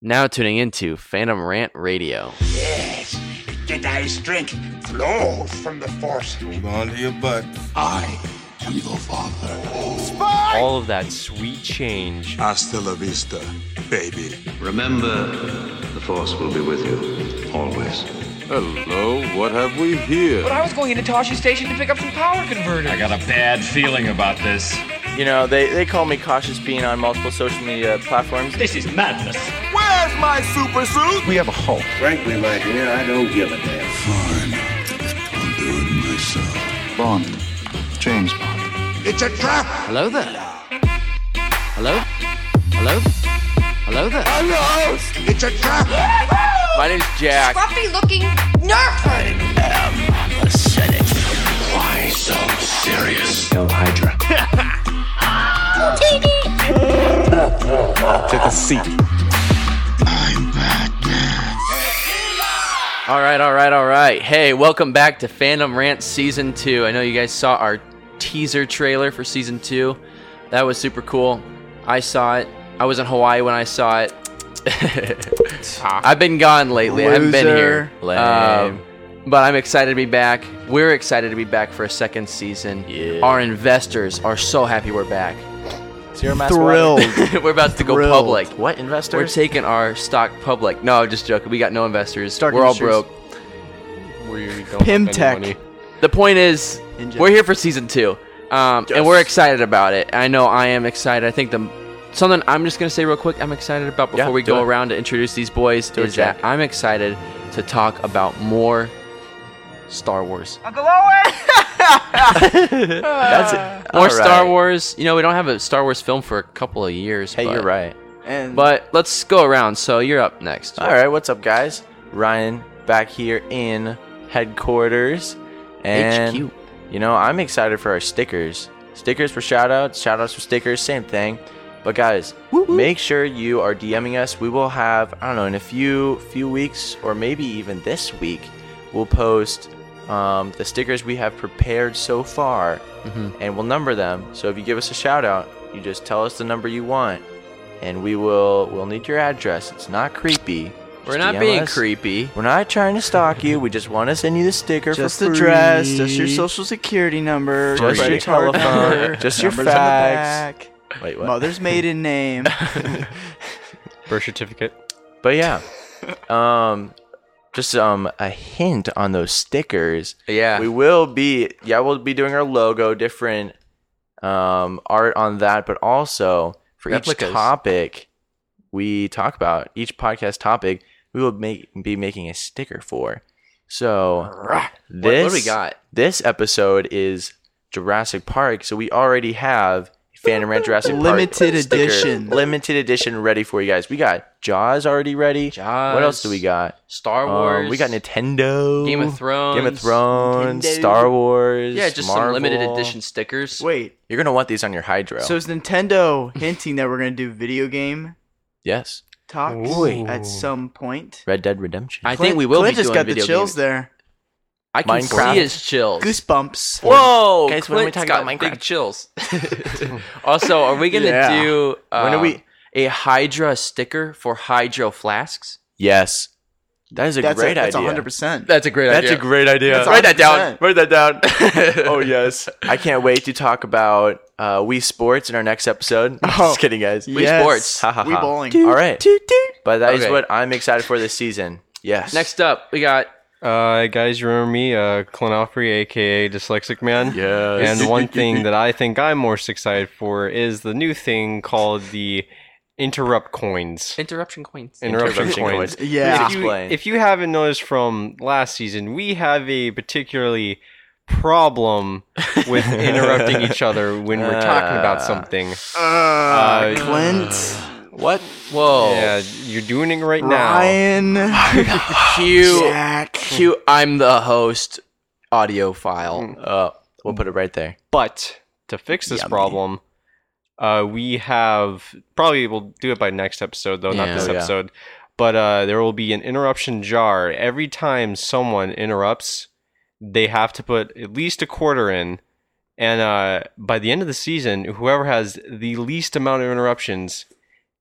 Now tuning into Phantom Rant Radio. Yes, Jedi strength flows from the Force. Hold on to your butt. I am the father. all of that sweet change. Hasta la vista, baby. Remember, the Force will be with you always. Hello, what have we here? But I was going into Toshi Station to pick up some power converters. I got a bad feeling about this. You know, they, they call me Cautious Bean on multiple social media platforms. This is madness. Where's my super suit? We have a Hulk. Frankly, my dear, I don't give a damn. Fine. I'll do it myself. Bond. James Bond. It's a trap. Hello there. Hello? Hello? Hello there. It's a trap. My name's Jack. scruffy looking nerf herder. Why so serious? Hell Hydra. Take a seat. All right, all right, all right. Hey, welcome back to Phantom Rant Season 2. I know you guys saw our teaser trailer for Season 2. That was super cool. I saw it. I was in Hawaii when I saw it. I've been gone lately. I haven't been here. Um, but I'm excited to be back. We're excited to be back for a second season. Our investors are so happy we're back. Thrilled. we're about to go Thrilled. public. What We're investors? taking our stock public. No, I'm just joking. We got no investors. We're all Industries. broke. Pimtech. The point is, Engine. we're here for season two, um, and we're excited about it. I know I am excited. I think the something I'm just gonna say real quick. I'm excited about before Yeah, we do go it. around to introduce these boys it, is that Jack. I'm excited to talk about more Star Wars, Uncle Owen! That's it. more All Star right. Wars. You know, we don't have a Star Wars film for a couple of years. Hey, but, you're right. And But let's go around. So you're up next. All right, what's up, guys? Ryan back here in headquarters. And, HQ. You know, I'm excited for our stickers. Stickers for shoutouts, shoutouts for stickers, same thing. But guys, make sure you are DMing us. We will have, I don't know, in a few few weeks or maybe even this week, we'll post um, the stickers we have prepared so far, Mm-hmm. and we'll number them. So if you give us a shout out, you just tell us the number you want, and we will we'll need your address. It's not creepy. We're Just not DM being us. creepy. We're not trying to stalk you. We just want to send you the sticker just for the free. dress, just your social security number, Just your credit card telephone, number, just your numbers on the fax. back, Wait, what? mother's maiden name. Birth certificate. But yeah, um, just um a hint on those stickers. Yeah. We will be yeah we'll be doing our logo, different um art on that, but also for Replicas. each topic we talk about each podcast topic we will make be making a sticker for. So this What, what do we got? this episode is Jurassic Park, so we already have Phantom Ranch Jurassic Park Limited sticker. edition. limited edition ready for you guys. We got Jaws already ready. What else do we got? Star Um, Wars. we got Nintendo, Game of Thrones. Game of Thrones, Nintendo. Star Wars. Yeah, just some Marvel. limited edition stickers. Wait, You're gonna want these on your Hydro. so is Nintendo hinting that we're gonna do video game yes, talks Ooh. at some point? Red Dead Redemption. I think we will Clint be just doing got video the chills games. there. I can Minecraft. see his chills. Goosebumps. Whoa! Guys, when are we Clint's talking got about Big Minecraft? chills. also, are we gonna Yeah. do? Uh, When are we- A Hydra sticker for Hydro flasks. yes, that is a That's great a, that's idea. 100%. That's a great That's a great idea. That's Write that down. 100%. Write that down. oh yes, I can't wait to talk about uh, Wii Sports in our next episode. I'm Oh, Just kidding, guys. yes. Wii Sports. Ha, ha, We ha. bowling. All right, but that is Okay. what I'm excited for this season. Yes. Next up, we got Uh, guys, you remember me, uh, Clonofri, aka Dyslexic Man? Yes. And one thing that I think I'm most excited for is the new thing called the interrupt coins. interruption coins. Interruption, Interruption coins. coins. Yeah. If you, Explain. if you haven't noticed from last season, we have a particularly problem with interrupting each other when we're talking about Ah. something. Uh, Uh, Clint, What? Whoa! Yeah, you're doing it right Ryan, Cue, Oh, Jack. cue. I'm the host. Audio file. Uh, we'll put it right there. now. But to fix this problem, uh, we have probably we'll do it by next episode though, Yeah. not this Oh, yeah. episode. But uh, there will be an interruption jar every time someone interrupts. They have to put at least a quarter in, and uh, by the end of the season, whoever has the least amount of interruptions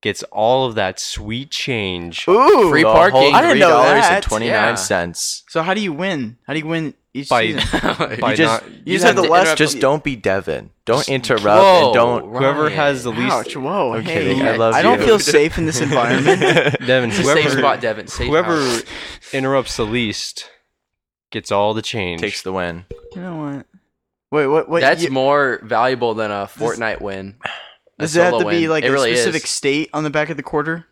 gets all of that sweet Oh, change. Ooh. Free The parking. whole I three didn't know dollars that. and twenty nine cents. So how do you win? How do you win each By- season? Hmm. by You just not- you just have to the less. interrupt- Just don't be Devin. Don't interrupt Whoa, and don't. whoever Ryan. has the least Ouch! Whoa! I'm hey, kidding, I love don't you. feel safe in this environment. Devin, It's a whoever, safe spot, Devin. Safe whoever house. interrupts the least gets all the change. Takes the win. you know what? Wait, what? What? That's you- more valuable than a Fortnite win. A does it have solo to be win. like It a really specific is. state on the back of the quarter?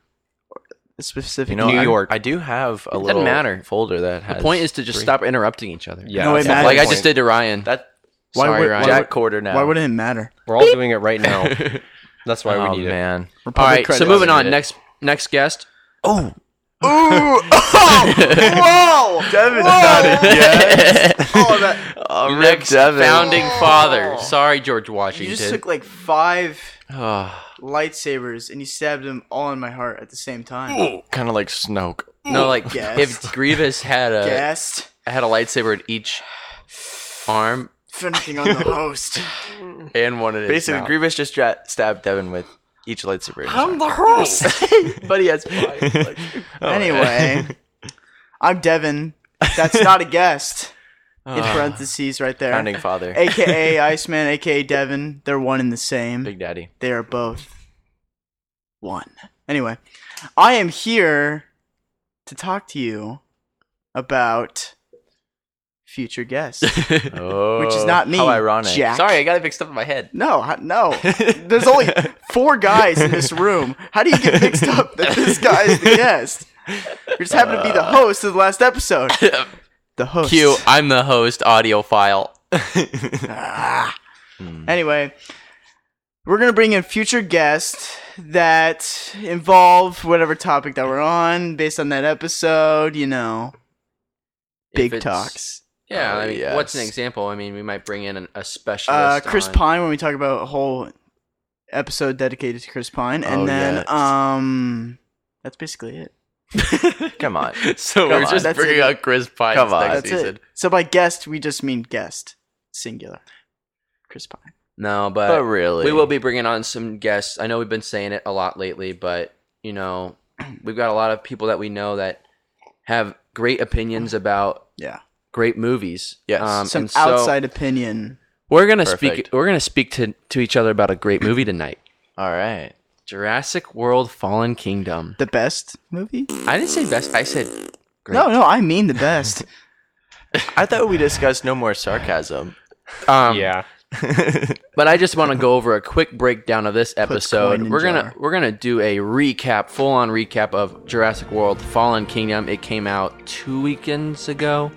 Or A specific. You know, New I, York. I do have a Doesn't little matter. folder that has. The point is to just stop interrupting each other. yeah, No, it that's the matters. Like I point. just did to Ryan. that Why Sorry, would- Ryan. why Jack would- quarter now. Why wouldn't it matter? We're all doing it right now. That's why oh we need it. man, All right, so moving on. it. Next next guest. oh, Devin, oh, that, next Devin. founding father. Sorry, George Washington. you just took like five Ah. lightsabers and you stabbed them all in my heart at the same time. kind of like Snoke. no, like Guest. if Grievous had a Guest, had a lightsaber in each arm finishing on the host. and one in his Basically, mouth. Grievous just dra- stabbed Devin with each lightsaber. in his arm. the host. but he has five. Like, anyway, I'm Devin. That's not a guest. In Ah. parentheses, right there. founding father, AKA Iceman, AKA Devin. They're one and the same. Big Daddy. They are both one. Anyway, I am here to talk to you about future guests, Oh, which is not me. How ironic. Jack. Sorry, I got it mixed up in my head. No, ho- no. There's only four guys in this room. How do you get mixed up that this guy is the guest? You just happen to be the host of the last episode. The host. Q, I'm the host, audiophile. Ah. Anyway, we're gonna bring in future guests that involve whatever topic that we're on based on that episode. You know, big it's- talks. Yeah, Oh, I mean, yes. what's an example? I mean, we might bring in an, a specialist. Uh, Chris on- Pine when we talk about a whole episode dedicated to Chris Pine, and Oh, then yes. um, that's basically it. Come on. So Come we're on, just that's bringing it. out Chris Pine Come this on. next That's season. it. So by guest, we just mean guest, singular. Chris Pine. No, but, But really, we will be bringing on some guests. I know we've been saying it a lot lately, but you know, we've got a lot of people that we know that have great opinions about Yeah. great movies. Um, Yes. Some and so outside opinion. We're gonna speak. Perfect. We're gonna speak to to each other about a great movie tonight. All right. Jurassic World: Fallen Kingdom. The best movie? I didn't say best. I said No, no, I mean the best. I thought we discussed no more sarcasm. um, Yeah. But I just want to go over a quick breakdown of this coin episode. in We're jar. gonna we're gonna do a recap, full on recap of Jurassic World: Fallen Kingdom. It came out two weekends ago.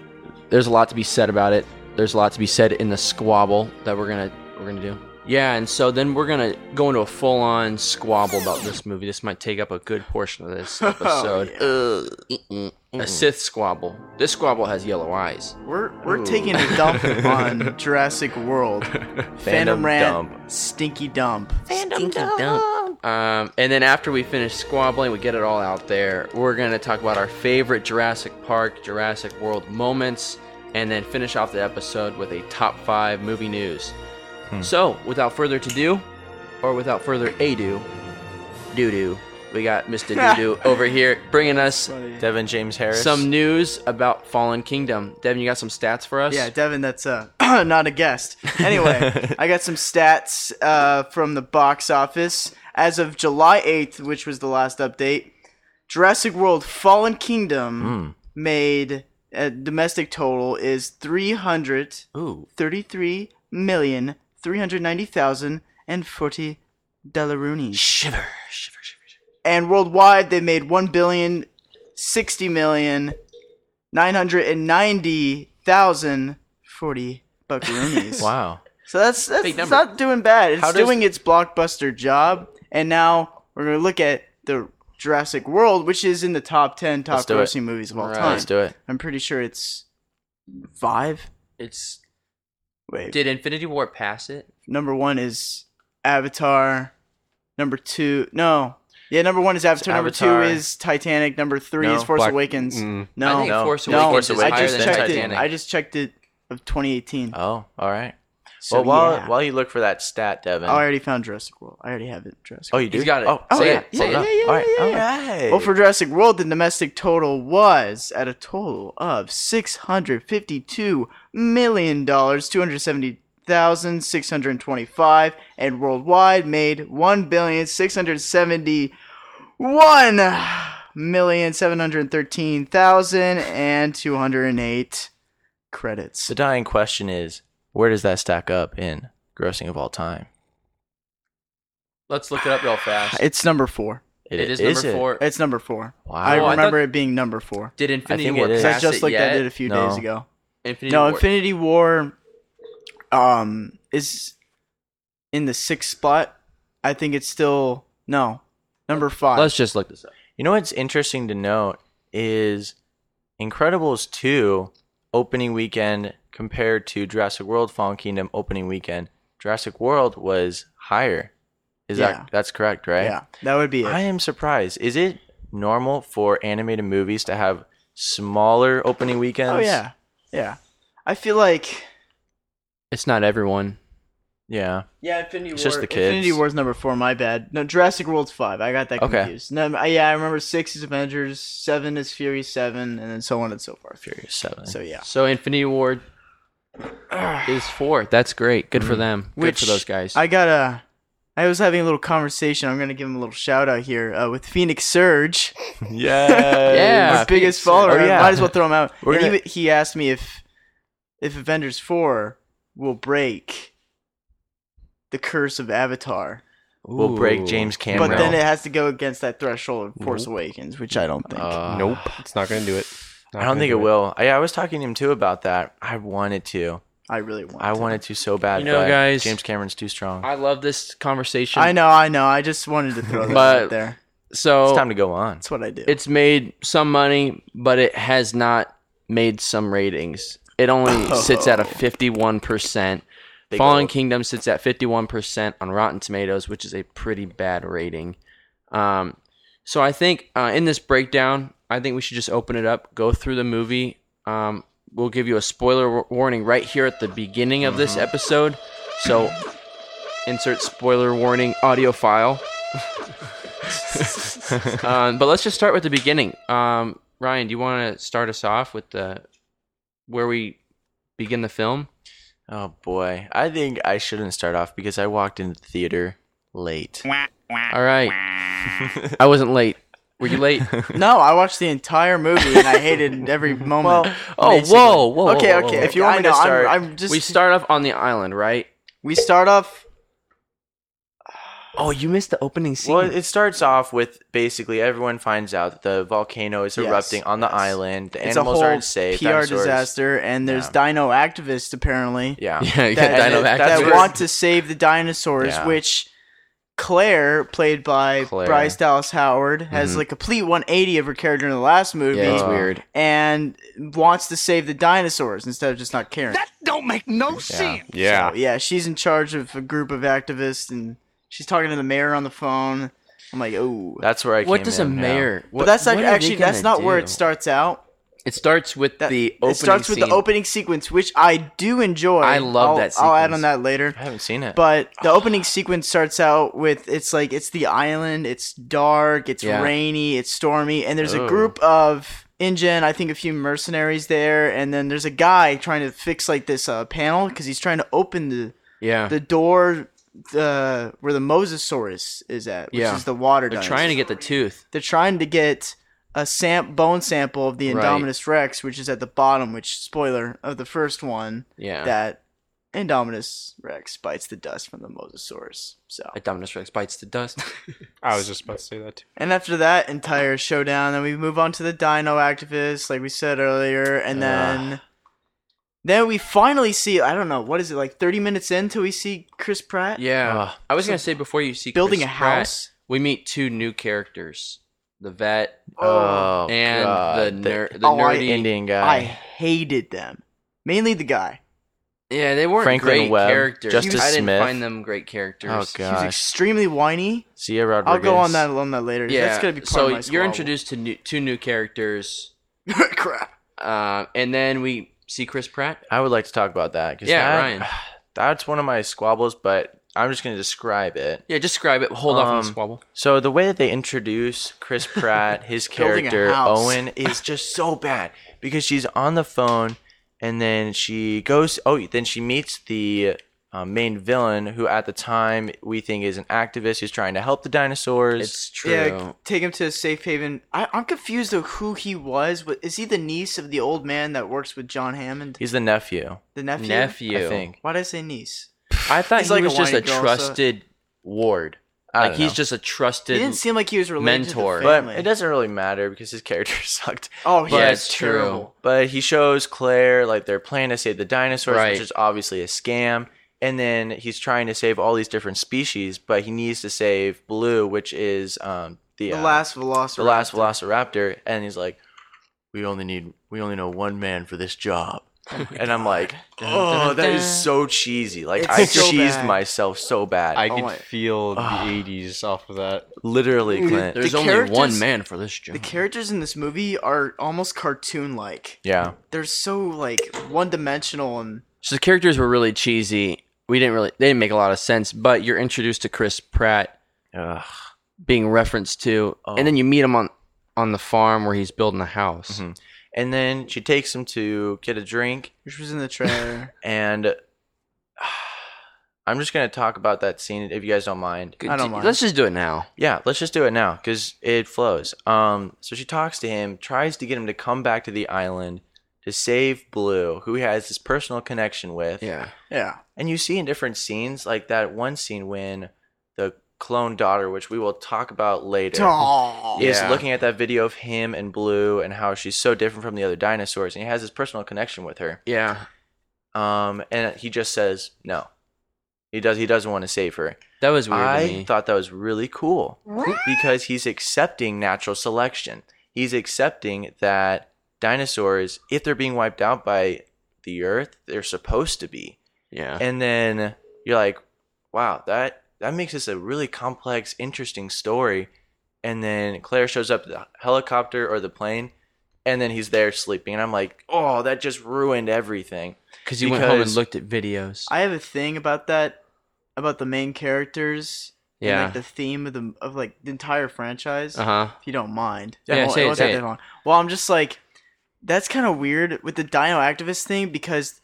There's a lot to be said about it. There's a lot to be said in the squabble that we're gonna we're gonna do. Yeah, and so then we're gonna go into a full on squabble about this movie. This might take up a good portion of this Oh, episode. Ugh, mm-mm. A Sith squabble. This squabble has yellow eyes. We're we're taking a dump on Jurassic World. Phantom Fandom Rant. dump. Stinky dump. Stinky dump. Um, and then after we finish squabbling, we get it all out there. We're gonna talk about our favorite Jurassic Park, Jurassic World moments, and then finish off the episode with a top five movie news. So, without further to do, or without further ado, doo doo, we got Mr. Doo doo over here bringing us Devin James Harris. some news about Fallen Kingdom. Devin, you got some stats for us? Yeah, Devin, that's uh, not a guest. Anyway, I got some stats uh, from the box office. As of July 8th, which was the last update, Jurassic World Fallen Kingdom made a domestic total is three hundred thirty-three million three hundred ninety thousand and forty dollaroonies. Shiver, shiver, shiver, shiver. And worldwide, they made one billion sixty million nine hundred and ninety thousand forty buckaroonies. Wow. So that's that's Big it's number. not doing bad. It's How does- doing its blockbuster job. And now we're gonna look at the Jurassic World, which is in the top ten top Let's do it. grossing movies of all Right, time. Let's do it. I'm pretty sure it's five. It's Wait, did Infinity War pass it? number one is Avatar. Number two, no, yeah, number one is Avatar. Number Avatar. two is Titanic. Number three No, is Force Black- Awakens. mm. I No, think No. Force No, Awakens Force is Awakens higher Uh, I just than checked Titanic. it. I just checked it of 2018. Oh, all right. So, well, while, yeah. while you look for that stat, Devin. Oh, I already found Jurassic World. I already have it. Jurassic. Oh, you do? He's got it. Oh, Say say it. it. Say it. All Yeah, right. All World. right. Well, for Jurassic World, the domestic total was at a total of six hundred fifty-two million dollars, two hundred seventy thousand six hundred twenty-five, and worldwide made one billion six hundred seventy-one million seven hundred thirteen thousand and two hundred eight credits. the dying question is, where does that stack up in grossing of all time? Let's look it up real fast. It's number four. it is, number it? four. It's number four. Wow. I Oh, I remember thought- it being number four. Did Infinity think War it is. Because I pass just it looked yet? at it a few No. days ago. Infinity no, War. Infinity War um is in the sixth spot. I think it's still no. Number five. Let's just look this up. You know what's interesting to note is Incredibles 2 opening weekend compared to Jurassic World Fallen Kingdom opening weekend. Jurassic World was higher. Is Yeah. that that's correct, right? yeah. That would be it. I am surprised. Is it normal for animated movies to have smaller opening weekends? oh yeah. Yeah. I feel like It's not everyone. Yeah. Yeah, Infinity War. It's just the kids. Infinity War's number four. My bad. No, Jurassic World's five. I got that Okay. confused. No, I- yeah, I remember six is Avengers, seven is Fury Seven, and then so on and so forth. Furious 7. So yeah, So Infinity War is four. That's great. Good for them. Good Mm-hmm. Which for those guys. I got a. I was having a little conversation. I'm gonna give him a little shout out here uh, with Phoenix Surge, yeah. yeah. our biggest follower. Oh, yeah. Might as well throw him out. We're And gonna- he, he asked me if if Avengers Four will break the curse of Avatar, We'll break Ooh. James Cameron. but then it has to go against that threshold of Force Awakens, which I don't think. Uh, nope, it's not going to do it. Not I don't gonna think it do will. I, I was talking to him too about that. I wanted to. I really want. I to. wanted to so bad. You know, but guys- James Cameron's too strong. I love this conversation. I know, I know. I just wanted to throw that But- out there. So it's time to go on. That's what I do. it's made some money, but it has not made some ratings. It only sits at a 51%. Fallen old. Kingdom sits at 51% on Rotten Tomatoes, which is a pretty bad rating. Um, so I think uh, in this breakdown, I think we should just open it up, go through the movie. Um, we'll give you a spoiler w- warning right here at the beginning of this episode. So insert spoiler warning audio file. um, but let's just start with the beginning. Um, Ryan, do you want to start us off with the where we begin the film? Oh boy, I think I shouldn't start off because I walked into the theater late. All right. I wasn't late. Were you late? no, I watched the entire movie and I hated every moment. oh, basically. whoa, whoa, whoa, Okay, whoa, whoa. okay. If you want I me to know, I'm- start- I'm, just we start off on the island, right? we start off. Oh, you missed the opening scene. Well, it starts off with basically everyone finds out that the volcano is Yes, erupting on the yes. island. The It's a animals whole aren't safe. PR dinosaurs- disaster, and there's Yeah. dino activists apparently Yeah. yeah, you got that, Dino that, that's Activists. where- want to save the dinosaurs, Yeah. which. Claire, played by Claire. Bryce Dallas Howard, has like a complete 180 of her character in the last movie. Mm-hmm. Yeah, it's weird. And wants to save the dinosaurs instead of just not caring. That don't make no sense. it. Yeah. So, yeah, she's in charge of a group of activists, and she's talking to the mayor on the phone. I'm like, oh, That's where I What came does a in, yeah. mayor? but what- that's what not, are they actually that's gonna not where do? it starts out. It starts with That, the opening. it starts with the scene. opening sequence, which I do enjoy. I love I'll- that I'll add sequence. on that later. I haven't seen it. But the opening sequence starts out with it's like it's the island, it's dark, it's Yeah. rainy, it's stormy, and there's Oh. a group of InGen, I think a few mercenaries there, and then there's a guy trying to fix like this uh, panel because he's trying to open the Yeah, the door the where the mosasaurus is at, which Yeah. is the water. they're dinosaur. trying to get the tooth. They're trying to get a sam- bone sample of the Right. Indominus Rex, which is at the bottom. Which spoiler of the first one Yeah, that Indominus Rex bites the dust from the mosasaurus. So, a Dominus Rex bites the dust. I was just about to say that too. and after that entire showdown, then we move on to the Dino activists, like we said earlier, and then. Then we finally see I don't know what is it like 30 minutes in till we see Chris Pratt yeah, Ugh. I was gonna say before you see building a Chris Pratt, house. we meet two new characters: the vet oh, and God. the ner- the Oh, I- nerdy. Indian guy. I hated them. Mainly the guy. yeah, they weren't Franklin great Webb, characters. Justice I didn't Smith. find them great characters. oh He was gosh. extremely whiny. Sia Rodriguez. I'll go on that on that later. Yeah, That's gonna be part so of my you're squabble. introduced to new, two new characters, Crap. uh, and then we see Chris Pratt. I would like to talk about that. 'cause Yeah, that- Ryan. That's one of my squabbles, but I'm just gonna describe it. Yeah, describe it. Hold off on the Um, squabble. So the way that they introduce Chris Pratt, his Building a character house. Owen, is just so bad because she's on the phone and then she goes. Oh, then she meets the uh, main villain, who at the time we think is an activist who's trying to help the dinosaurs. It's true. Yeah, take him to a safe haven. I, I'm confused of who he was. But is he the niece of the old man that works with John Hammond? He's the nephew, The nephew. Nephew. I think. Why did I say niece? I thought He's he like was a just a white girl, so- trusted ward. I Like don't he's know. just a He trusted. didn't seem like he was related mentor. to the But family. it doesn't really matter because his character sucked. Oh, yeah, But- it's True. terrible. But he shows Claire like they're planning to save the dinosaurs, Right. which is obviously a scam. And then he's trying to save all these different species, but he needs to save Blue, which is um, the, The uh, last Velociraptor. the last Velociraptor. And he's like, "We only need we only know one man for this job." and I'm like, "Oh, that is so cheesy!" Like It's I so cheesed bad. myself so bad. I I could my- feel the 80s off of that. literally, Clint. There's the only one characters- man for this job. The characters in this movie are almost cartoon-like. Yeah, They're so like one-dimensional and So the characters were really cheesy. We didn't really they didn't make a lot of sense, but you're introduced to Chris Pratt Ugh. being referenced to and Oh. then you meet him on on the farm where he's building a house. Mm-hmm. And then she takes him to get a drink, which was in the trailer. and I'm just gonna talk about that scene if you guys don't mind. Good- I don't mind. Let's just do it now. Yeah, let's just do it now because it flows. Um, so she talks to him, tries to get him to come back to the island to save Blue, who he has this personal connection with. Yeah. yeah. and you see in different scenes, like that one scene when the clone daughter, which we will talk about later, Aw. is Yeah. looking at that video of him and Blue and how she's so different from the other dinosaurs, and he has this personal connection with her. Yeah. Um, and he just says no. He does. He doesn't want to save her. That was weird to I me. thought that was really cool because he's accepting natural selection. He's accepting that dinosaurs, if they're being wiped out by the Earth, they're supposed to be. yeah. And then you're like, wow, that that makes this a really complex, interesting story. And then Claire shows up to the helicopter or the plane, and then he's there sleeping. And I'm like, oh, that just ruined everything. Cuz you went home and because- looked at videos. I have a thing about that, about the main characters. and, yeah. like the theme of the of like the entire franchise. uh-huh. If you don't mind. Yeah, I won't- say I it, won't say take it. that long. Well, I'm just like, that's kind of weird with the Dino activist thing because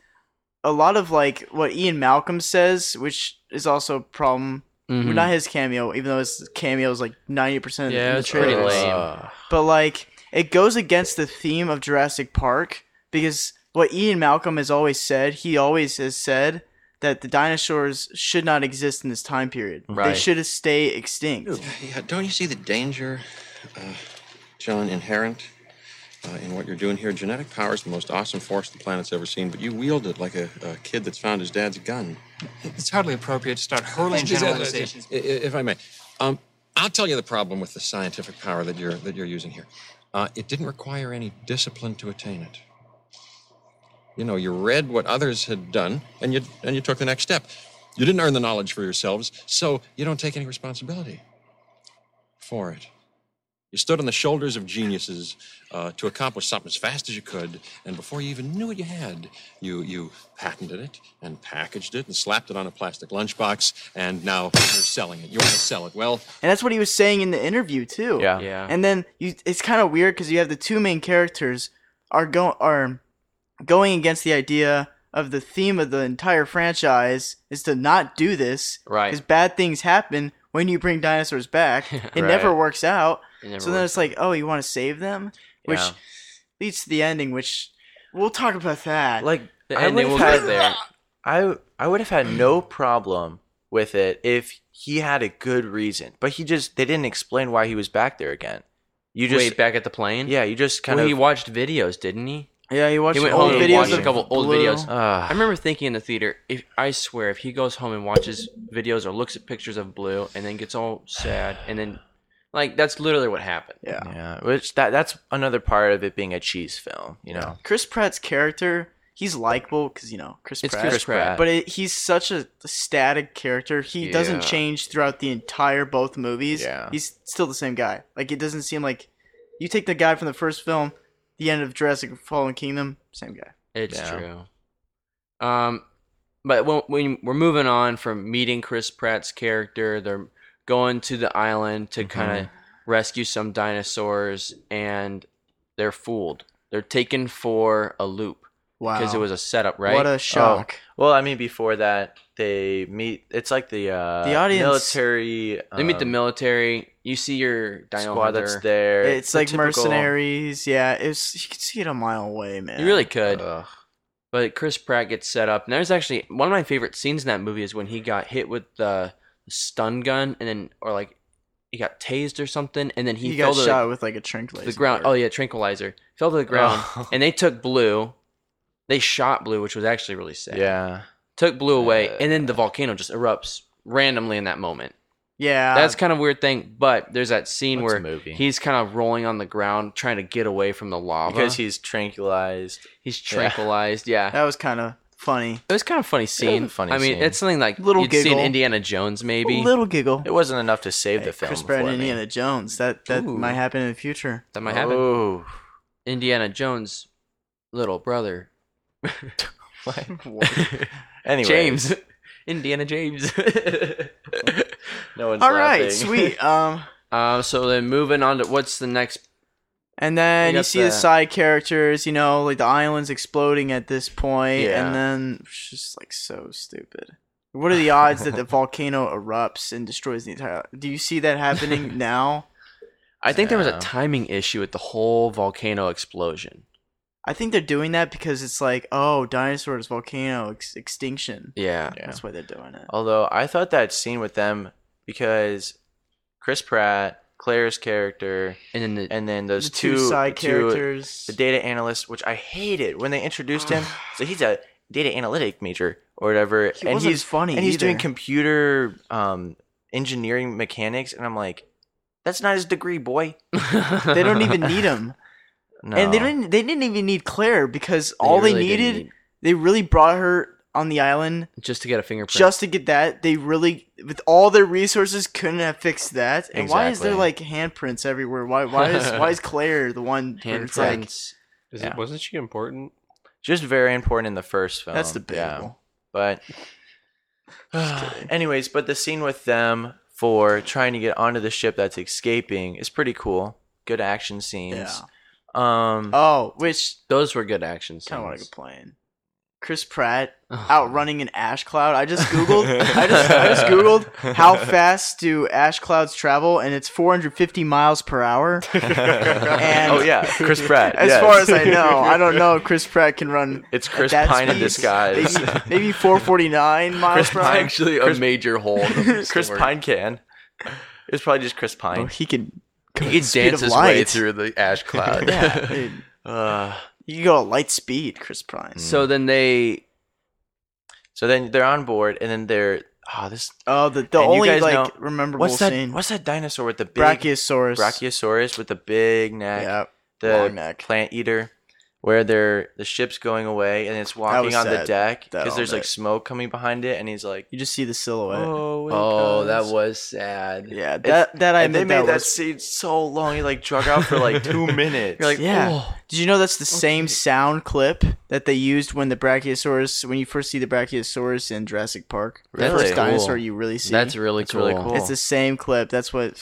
a lot of like what Ian Malcolm says, which is also a problem. Mhm. Well, not his cameo, even though his cameo is like 90% of the- in Yeah, the it's pretty trailers. lame. But like, it goes against the theme of Jurassic Park because what Ian Malcolm has always said, he always has said that the dinosaurs should not exist in this time period. They Right. should stay extinct. Yeah, uh, don't you see the danger, uh, John, inherent uh, in what you're doing here? Genetic power is the most awesome force the planet's ever seen, but you wield it like a, a kid that's found his dad's gun. It's totally appropriate to start hurling Just, uh, generalizations. i- i- If I may, um, I'll tell you the problem with the scientific power that you're that you're using here. Uh, it didn't require any discipline to attain it. You know, you read what others had done, and you and you took the next step. You didn't earn the knowledge for yourselves, so you don't take any responsibility for it. You stood on the shoulders of geniuses uh, to accomplish something as fast as you could, and before you even knew what you had, you you patented it and packaged it and slapped it on a plastic lunchbox, and now you're selling it. You want to sell it. Well, And that's what he was saying in the interview too. Yeah. Yeah. And then you, it's kind of weird because you have the two main characters are going are going against the idea of the theme of the entire franchise is to not do this. Right. Because bad things happen when you bring dinosaurs back. It never works out. It never so then works. it's like, oh, you want to save them, which Yeah. leads to the ending, which we'll talk about that. Like, The I ending would've will had- get there. I I would have had no problem with it if he had a good reason, but he just they didn't explain why he was back there again. You just Wait, back at the plane? yeah, you just kind Well, of he Oh, watched videos, didn't he? yeah, you watch He went old home and videos watched of a couple old Blue. videos. I Ugh. remember thinking in the theater, if I swear, if he goes home and watches videos or looks at pictures of Blue and then gets all sad and then, like, that's literally what happened. Yeah. yeah, which that that's another part of it being a cheese film, you know. Chris Pratt's character, he's likable because you know Chris It's Pratt. Chris Pratt. but it, he's such a static character. He doesn't Yeah. change throughout the entire both movies. Yeah. he's still the same guy. Like it doesn't seem like you take the guy from the first film, the end of Jurassic Fallen Kingdom, same guy. It's Yeah. true. Um, but when, when we're moving on from meeting Chris Pratt's character, they're going to the island to Mm-hmm. kind of rescue some dinosaurs, and they're fooled. They're taken for a loop. Because it Wow. was a setup, right? Oh. Well, I mean, before that, they meet. It's like the uh, The audience- military. They meet the um, military. You see your dino squad hunter. that's there. It's like mercenaries. Yeah, it's you can see it a mile away, man. You really could. But Chris Pratt gets set up, and there's actually one of my favorite scenes in that movie is when he got hit with the stun gun, and then or like he got tased or something, and then he, He, fell got to the- shot with like a to tranquilizer. the ground. Oh yeah, tranquilizer fell to the ground, Oh. and they took Blue. They shot Blue, which was actually really sad. Yeah. took Blue away, Uh, and then the volcano just erupts randomly in that moment. Yeah, That's kind of a weird thing, but there's that scene What's where movie? he's kind of rolling on the ground trying to get away from the lava Because he's tranquilized. He's tranquilized. Yeah, that was kind of funny. It was kind of funny scene. funny I mean, scene. it's something like Little you'd see in giggle. Indiana Jones, maybe. little giggle. It wasn't enough to save the film. Chris Pratt and for me. Indiana Jones. That that Ooh. might happen in the future. That might happen. Oh. Indiana Jones, little brother. Anyway, James. Indiana James. no one's All right, sweet. Um, Uh, so then moving on to what's the next? and then We you got see the the- side characters. You know, like the island's exploding at this point, Yeah. and then it's just like so stupid. What are the odds that the volcano erupts and destroys the entire? Do you see that happening now? I think there was a Yeah. timing issue with the whole volcano explosion. I think they're doing that because it's like, oh, dinosaurs, volcano ex- extinction. Yeah. that's why they're doing it. Although I thought that scene with them because Chris Pratt, Claire's character, and then the, and then those the two side characters. the data analyst, which I hated when they introduced him. So he's a data analytic major or whatever, He and wasn't he's funny and he's doing either. computer um, engineering mechanics, and I'm like, that's not his degree, boy. they don't even need him. No. And they didn't. They didn't even need Claire because all they really didn't needed, need- they really brought her on the island Just to get a fingerprint. just to get that. They really, with all their resources, couldn't have fixed that. And why is there like Exactly. handprints everywhere? Why? Why is why is Claire the one? where it's like- handprints. Is Yeah. it, wasn't she important? just very important in the first film. That's um, yeah. debatable. But, anyways, but the scene with them for trying to get onto the ship that's escaping is pretty cool. Good action scenes. Um. Oh, which Those were good action scenes. kind of want to complain. Chris Pratt outrunning an ash cloud. I just googled. I just I just googled how fast do ash clouds travel, and it's 450 miles per hour. And oh yeah, Chris Pratt. As yes. far as I know, I don't know if Chris Pratt can run. It's at Chris that Pine in speed. disguise. Maybe, maybe 449 miles Chris per Pine hour. Actually, a Chris- major hole. in the Chris story. Pine can. It's probably just Chris Pine. Oh, he can. come He could at the speed dance of his light. way through the ash cloud. Yeah, dude. Uh, you can go at light speed, Chris Pine. So then they so then they're on board, and then they're oh this. Oh, the the and you only guys like know- rememberable what's that? scene. What's that dinosaur with the big Brachiosaurus. Brachiosaurus with the big neck, Yeah, the long neck. plant eater, where they're the ship's going away and it's walking was on the sad, deck that because long there's like neck. smoke coming behind it, and he's like, You just see the silhouette. "Oh, it Oh, that comes." was sad. yeah, It's- that that I and they admit made that, was- scene so long. He like drug out for like two minutes. You're like, Yeah. "Oh." Did you know that's the same sound clip that they used when the Brachiosaurus, when you first see the Brachiosaurus in Jurassic Park, the That's first cool. dinosaur you really see. That's really That's cool. really cool. It's the same clip. That's what.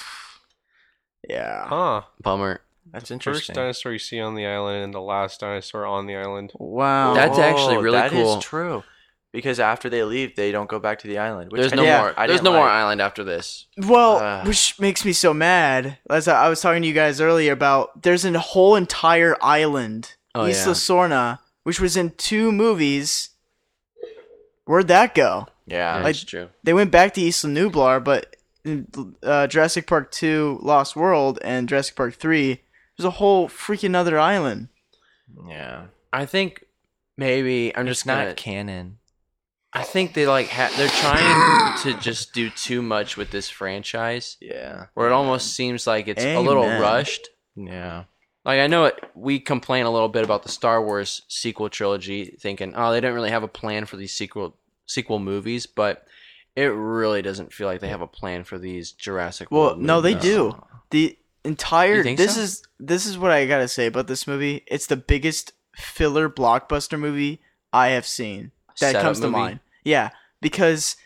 Yeah. Huh. Bummer. that's First interesting. dinosaur you see on the island and the last dinosaur on the island. Wow. That's actually really that is cool. true. Because after they leave, they don't go back to the island. Which There's I no didn't- more. I There's didn't no more like. island after this. Well, Ugh. which makes me so mad. As I, I was talking to you guys earlier about, there's a whole entire island, Oh, Isla yeah. Sorna, which was in two movies. Where'd that go? Yeah. Like- That's true. They went back to Isla Nublar, but in uh, Jurassic Park 2 Lost World and Jurassic Park 3, there's a whole freaking other island. yeah. I think maybe I'm just It's not gonna- canon. I think they like ha- they're trying to just do too much with this franchise, Yeah. where it almost seems like it's a little Amen. rushed. Yeah. Like I know it, we complain a little bit about the Star Wars sequel trilogy, thinking, oh, they don't really have a plan for these sequel sequel movies, but it really doesn't feel like they have a plan for these Jurassic. Well, World no, they movies. do. The entire You think this so? is this is what I gotta say about this movie. It's the biggest filler blockbuster movie I have seen that Setup comes to movie? mind. Yeah, because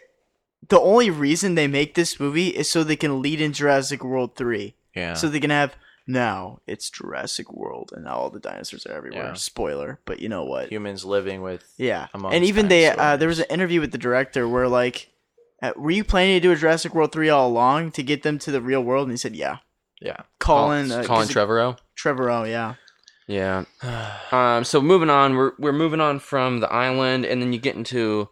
the only reason they make this movie is so they can lead in Jurassic World 3. Yeah. So they can have now it's Jurassic World and now all the dinosaurs are everywhere. Yeah. Spoiler, but you know what? Humans living with Yeah. amongst and even they uh, dinosaurs. there was an interview with the director where like uh, were you planning to do a Jurassic World 3 all along to get them to the real world and he said, "Yeah." yeah Colin Col- uh, Oh, Colin is it- Trevorrow. Trevor O, yeah. Yeah. um, so moving on, we're we're moving on from the island, and then you get into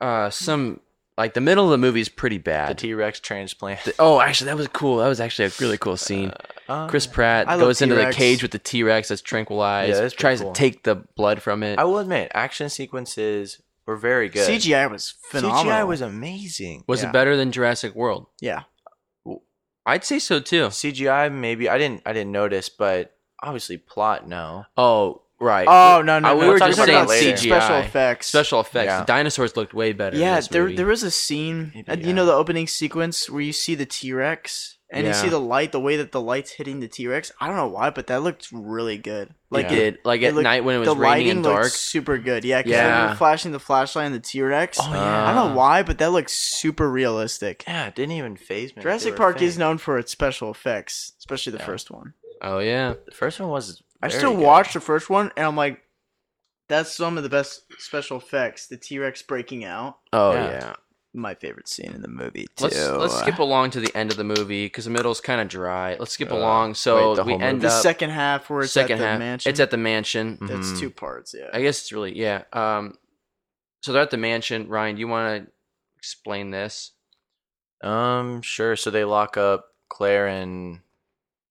uh, some like the middle of the movie is pretty the bad. T Rex transplant. oh, actually, that was cool. That was actually a really cool scene. Uh, Chris Pratt I love goes into the T-Rex. cage with the T Rex that's tranquilized. Yeah, that's pretty tries cool. to take the blood from it. I will admit, action sequences were very good. CGI was phenomenal. CGI was amazing. was yeah. it better than Jurassic World? yeah. I'd say so too. CGI maybe I didn't I didn't notice, but obviously plot no. Oh, right. Oh no no! I- no. we were Talking just about saying that later. CGI. special effects. Special effects. Yeah. The dinosaurs looked way better. in yeah, this there movie. there was a scene. Maybe, uh, yeah. You know the opening sequence where you see the T Rex and you Yeah. see the light, the way that the light's hitting the T Rex. I don't know why, but that looked really good. Like Like it, like at looked- night when it was the rainy lighting and looked dark. super good. Yeah, because they Yeah. were flashing the flashlight on the T Rex. Oh, I don't Uh. know why, but that looks super realistic. Yeah, it didn't even phase me. Jurassic Park is known for its special effects, especially the first one. Oh yeah. The first one was. I very still good. watched the first one, and I'm like, that's some of the best special effects. The T Rex breaking out, Oh Yeah. yeah. my favorite scene in the movie too. Let's let's skip along to the end of the movie because the middle's kind of dry. Let's skip Uh, along. So wait, the we whole end the up second half where it's second at the half. mansion. It's at the mansion. that's Mhm. two parts. Yeah, I guess it's really yeah. Um, so they're at the mansion. Ryan, do you want to explain this? Um, sure. So they lock up Claire and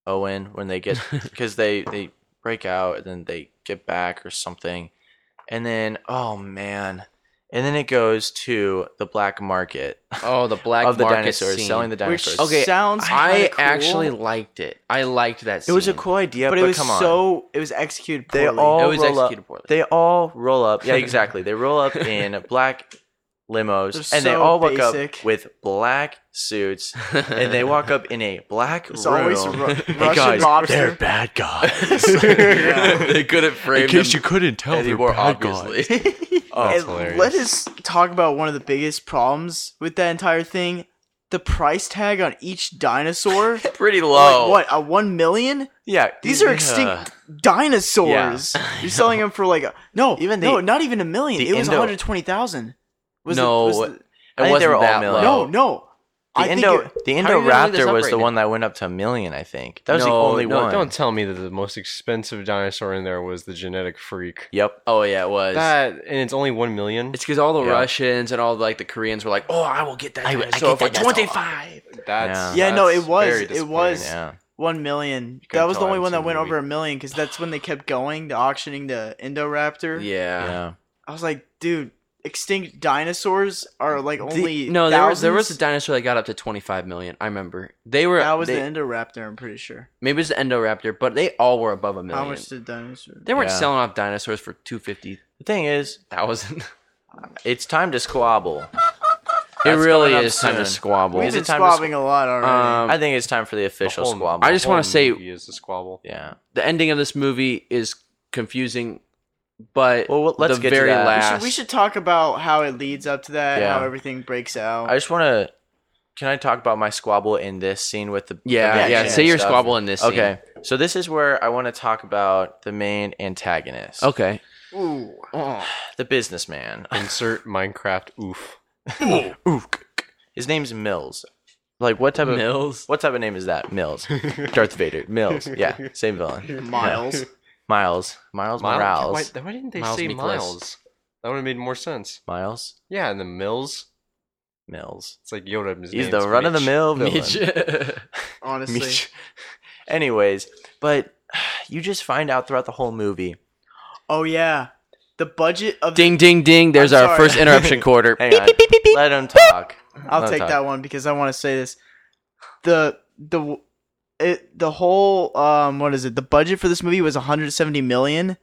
Owen when they get because they they break out and then they get back or something, and then oh man, and then it goes to the black market Oh, the black of the market dinosaurs scene. selling the dinosaurs. which sounds I kinda cool, actually liked it. I liked that. it Scene. was a cool idea, but but, it was come on. so it was executed. they Poorly. all It was roll up- executed poorly. They all roll up. Yeah, exactly. they roll up in black limos, They're and they so all walk basic. up with black suits, and they walk up in a black It's room. always Ru- Hey, Russian guys, mobster. they're bad guys. they couldn't frame him couldn't tell, any more obviously. And let us talk about one of the biggest problems with that entire thing: the price tag on each dinosaur. Pretty low. Like what? A one million? Yeah, These are yeah. extinct dinosaurs. You're selling them for like a, no, Even even the- no, not even a million. the It was Indo- one hundred twenty thousand. No, It I think they wasn't were all that million. low. no, no. The I think Indo, the it- How are you gonna look this Indoraptor up was right the now? one that went up to a million, I think. That was the No, only no, one. Don't tell me that the most expensive dinosaur in there was the genetic freak. Yep. Oh yeah, it was. That and it's only one million. It's because all the Yeah. Russians and all like the Koreans were like, "Oh, I will get that I will- I dinosaur get that for dinosaur." twenty five. That's yeah, no, that's it was, very it disappointing. was Yeah. one million. couldn't That was the tell I only haven't one seen that the went movie. over a million because that's when they kept going, the auctioning the Indoraptor. Yeah. Yeah. I was like, dude, extinct dinosaurs are like only no, there was, there was a thousands? dinosaur that got up to 25 million. I remember they were that was they- the Indoraptor. I'm pretty sure. maybe it was the Endoraptor, but they all were above a million. How much did dinosaur? they weren't Yeah. selling off dinosaurs for two fifty The thing is, thousand. it's time to squabble. It That's really coming up is time to soon. squabble. We've Is it been time to squabbing a lot already. Um, I think it's time for the The official whole- squabble. I just the wanna whole say- movie is the squabble. yeah. the ending of this movie is confusing, but Well, well, let's the get to very that. We We last. should, we should talk about how it leads up to that, Yeah. how everything breaks out. I just want to. Can I talk about my squabble in this scene with the? the yeah, main yeah. and Say your stuff? squabble in this. scene. Okay, so this is where I want to talk about the main antagonist, Okay. Ooh. Oh. the businessman. Insert Minecraft oof. His name's Mills. Like what type of Mills. What type of name is that? Mills. Darth Vader. Mills. Yeah, same villain. Miles. Miles. Miles Morales. Why, why didn't they Miles say Mikolas. Miles? That would have made more sense. Miles. Yeah, and the Mills. Mills. It's like Yoda. His He's name's the run of the mill villain. Mitch. Honestly, Mitch. Anyways, but you just find out throughout the whole movie. oh yeah, the budget of ding, ding, ding. There's I'm our sorry. first interruption quarter. Hang on. Let him talk. I'll Let him take talk. that one because I want to say this. The the it, the whole um what is it? The budget for this movie was 170 million.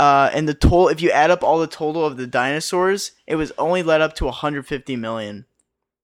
Uh, and the total if you add up all the total of the dinosaurs, it was only led up to 150 million.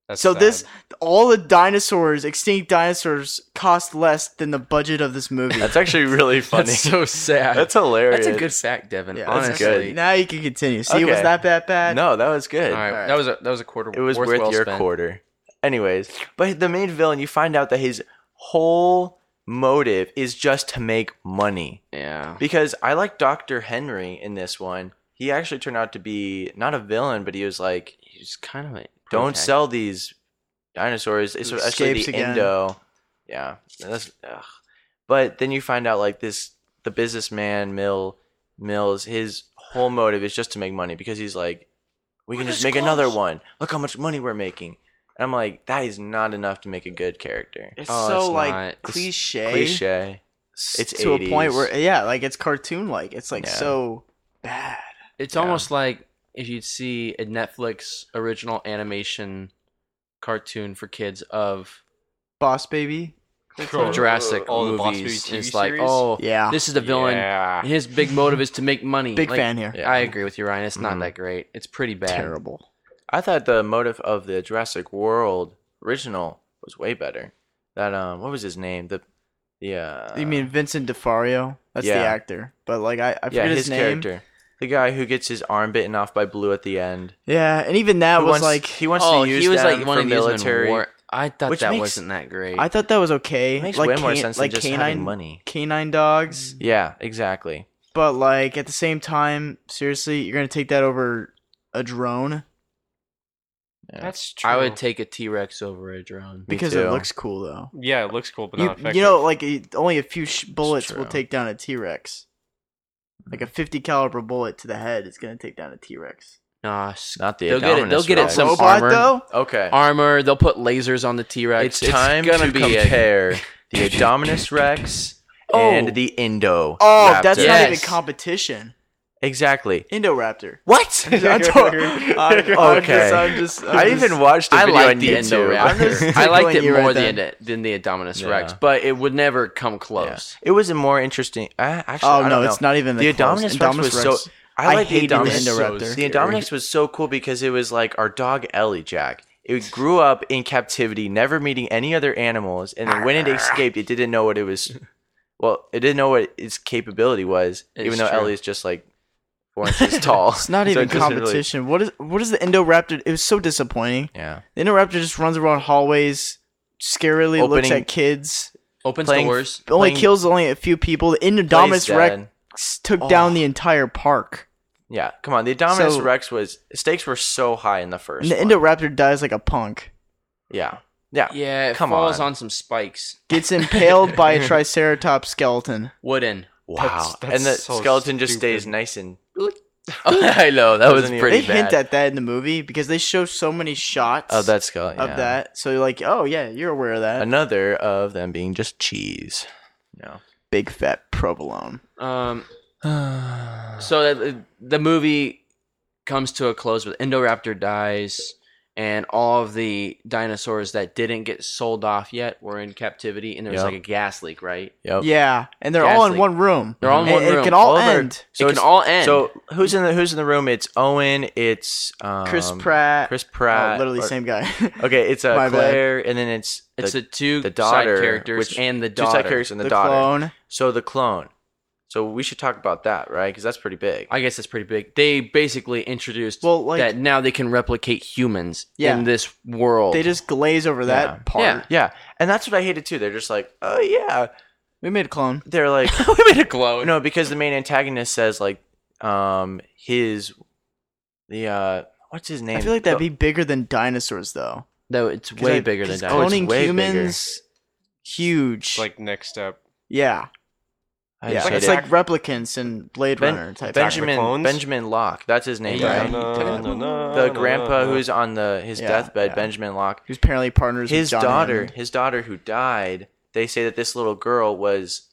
That's so sad. this all the dinosaurs, extinct dinosaurs, cost less than the budget of this movie. That's actually really funny. That's so sad. That's hilarious. That's a good fact, Devin. Yeah, that's honestly, good. now you can continue. See, was Okay. that that bad? No, that was good. All right, Alright. that was a that was a quarter. It was worth, worth well your spent. quarter. Anyways, but the main villain, you find out that his whole motive is just to make money. Yeah. Because I like Dr. Henry in this one. He actually turned out to be not a villain, but he was like, He's kind of a don't protagonist. sell these dinosaurs, He especially escapes the again. Indo. Yeah. That's, ugh. But then you find out like this the businessman Mill Mills, his whole motive is just to make money because he's like, We can just make another one. Look how much money we're making. And I'm like, that is not enough to make a good character. It's Oh, so it's like not. It's cliche. Cliche. It's to a point 80s. where yeah, like it's cartoon like. It's like Yeah. so bad. It's almost like if you'd see a Netflix original animation cartoon for kids of Boss baby. uh, the Jurassic All the movies. Boss Baby and it's TV like, series? oh, Yeah. this is the villain. Yeah. His big motive is to make money. Big Like, fan here. I agree with you, Ryan. It's not Mhm. that great. It's pretty bad. Terrible. I thought the motive of the Jurassic World original was way better. That um what was his name? The the uh you mean Vincent DeFario? That's yeah. the actor. But like I, I yeah, forget his, his, name. character. The guy who gets his arm bitten off by Blue at the end. Yeah, and even that Who was wants- like he wants oh, to use he was them like one for of these men military. war- I thought Which that makes- wasn't that great. I thought that was okay. It makes like way more can- sense than like just canine having money. canine dogs. Yeah, exactly. But like at the same time, seriously, you're gonna take that over a drone That's true. I would take a T Rex over a drone. Me because too. it looks cool though. Yeah, it looks cool, but You, not effective. you know, like it- only a few sh- bullets will true. take down a T Rex. Like a 50 caliber bullet to the head is gonna take down a T Rex. Nah, s- Not the they'll get it. They'll Indominus get it Rex. some Robot armor. though, Okay. Armor. They'll put lasers on the T Rex. It's time gonna to be A, compare the Indominus Rex Oh. and the Indo. oh, that's Raptor. not even Yes. competition. exactly. Indoraptor. What? I'm to- I'm- I'm Okay. just- I'm just- I'm I just- even watched a I video like on the YouTube. I'm just Indoraptor. I liked tickling it you right more there. than, the- than the Indominus Yeah. Rex, but it would never come Yeah. close. It was a more interesting. I actually, I Oh no, don't it's know. not even The the close. Indominus Rex was so. I I like the hated the Indominus. Indoraptor. the Indominus was so cool because it was like our dog Ellie Jack. It grew up in captivity, never meeting any other animals, and then when Ah. it escaped, it didn't know what it was. Well, it didn't know what its capability was, even It's though true. Ellie is just like four inches tall. It's not So even it doesn't really- competition. What is what is the Indoraptor? It was so disappointing. yeah, The Indoraptor just runs around hallways, scarily looks Opening- at kids. Opens Playing- doors. Only Playing- kills only a few people. The Plays Indominus dead. Oh. Rex took down the entire park. Yeah, come on. The Indominus So- Rex was stakes were so high in the first. And the one. Indoraptor dies like a punk. yeah, yeah, Yeah, it Come falls on. on. some spikes. Gets impaled by a Triceratops skeleton. Wooden. Wow, that's and the so skeleton just stays stupid. nice and I know that was Doesn't even- pretty they bad. hint at that in the movie because they show so many shots of oh, that skeleton. of yeah. that. So you're like, oh yeah, you're aware of that. Another of them being just cheese. No. Big fat provolone. Um, so the, the movie comes to a close with Indoraptor dies, and all of the dinosaurs that didn't get sold off yet were in captivity, and there was Yep. like a gas leak, right? Yep. Yeah, and they're Yeah, all it's in like- one room. Mm-hmm. They're all in It- one it, room. can all, All of our- end. So it So can it's- all end. So who's in the who's in the room? It's Owen. It's um, Chris Pratt. Chris Oh, Pratt. literally or- same guy. Okay, it's uh, My bad. Claire, and then it's it's the, the, two the daughter, side characters which- and the two daughter. side characters and the, the daughter. clone. So the clone. So we should talk about that, right? Because that's pretty big. I guess that's pretty big. They basically introduced Well, like- that now they can replicate humans Yeah. in this world. They just glaze over that Yeah. part. Yeah. yeah, and that's what I hated too. They're just like, oh yeah, We made a clone. they're like, we made a glow. No, because the main antagonist says like um his the uh what's his name? I feel like that'd The- be bigger than dinosaurs, though. No, it's 'Cause way I- bigger than 'cause that. Oh, it's Cloning way humans, huge. It's like next step. yeah, Oh, I yeah. just like It's hate it. like replicants and Blade Ben- Runner type. Attack of the Benjamin Clones? Benjamin Locke. That's his name, Yeah. right? no, The grandpa who's on the his Yeah, deathbed, yeah. Benjamin Locke. Who's apparently partners His with John daughter, Hammond. his daughter who died. They say that this little girl was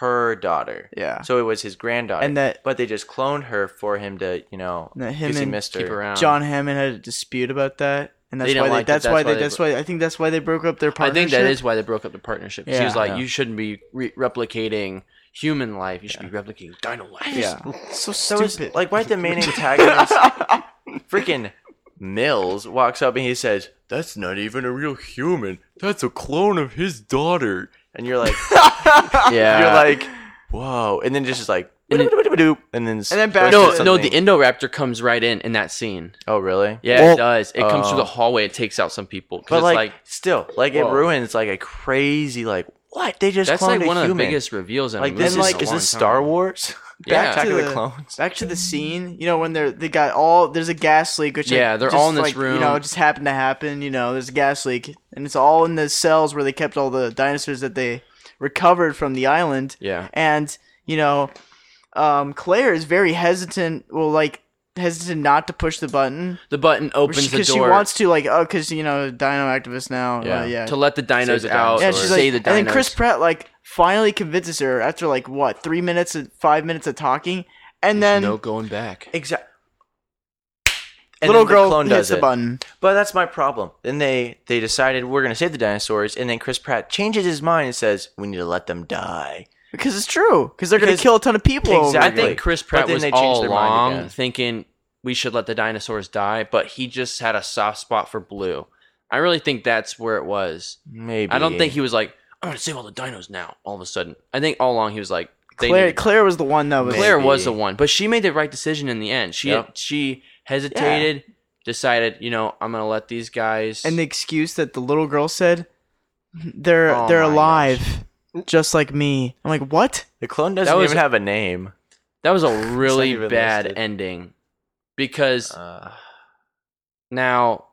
her daughter. Yeah, So it was his granddaughter. and that, but they just cloned her for him to, you know, and that him because he and missed Keep her. around. John Hammond had a dispute about that, and They that's didn't why. They, like it, that's, why they. bro- That's why I think that's why they broke up their I think partnership. that is why they broke up the partnership. She was Yeah. like, Yeah. "You shouldn't be re- replicating human life. You should be replicating dino life." Yeah, so That was stupid. like why the main antagonist freaking Mills walks up and he says, "That's not even a real human. That's a clone of his daughter." And you're like, Yeah. you're like, whoa. And then just is like, and then, and then, no, no, the Indoraptor comes right in in that scene. Oh, really? Yeah, Well- it does. It comes through Oh. the hallway. It takes out some people. 'cause but it's like, like still, like it Whoa. ruins like a crazy like what they just That's cloned like a one of the human. biggest reveals in a like movie this is in a is long this time. Star Wars? Yeah. Attack of the Clones. Back to the scene, you know, when they're they got all there's a gas leak, which like, Yeah, they're just, all in this like, room. You know, it just happened to happen. You know, there's a gas leak, and it's all in the cells where they kept all the dinosaurs that they recovered from the island. Yeah. and you know, um, Claire is very hesitant. Well, like hesitant not to push the button. The button opens the because she door. wants to like oh because you know dino activist now uh, Yeah. yeah To let the dinos Save out yeah or she's save like- the and then Chris dinos. Pratt like finally convinces her after like what three minutes of five minutes of talking and then no going back. Exactly. little girl hits the button But that's my problem. Then they they decided we're gonna save the dinosaurs, and then Chris Pratt changes his mind and says we need to let them die. because it's true because they're gonna Because- kill a ton of people over Exactly. it. I think Chris But Pratt then was they changed all their mind along again. thinking we should let the dinosaurs die, but he just had a soft spot for blue. I really think that's where it was. Maybe I don't think he was like, I'm gonna save all the dinos now. All of a sudden, I think all along he was like, they Claire need- Claire was the one that was Claire was the one, but she made the right decision in the end. She Yep. she hesitated, decided, you know, I'm gonna let these guys. and the excuse that the little girl said they're Oh they're my alive just like me I'm like what The clone doesn't That was- even have a name. that was a really even bad listed. ending because Uh, now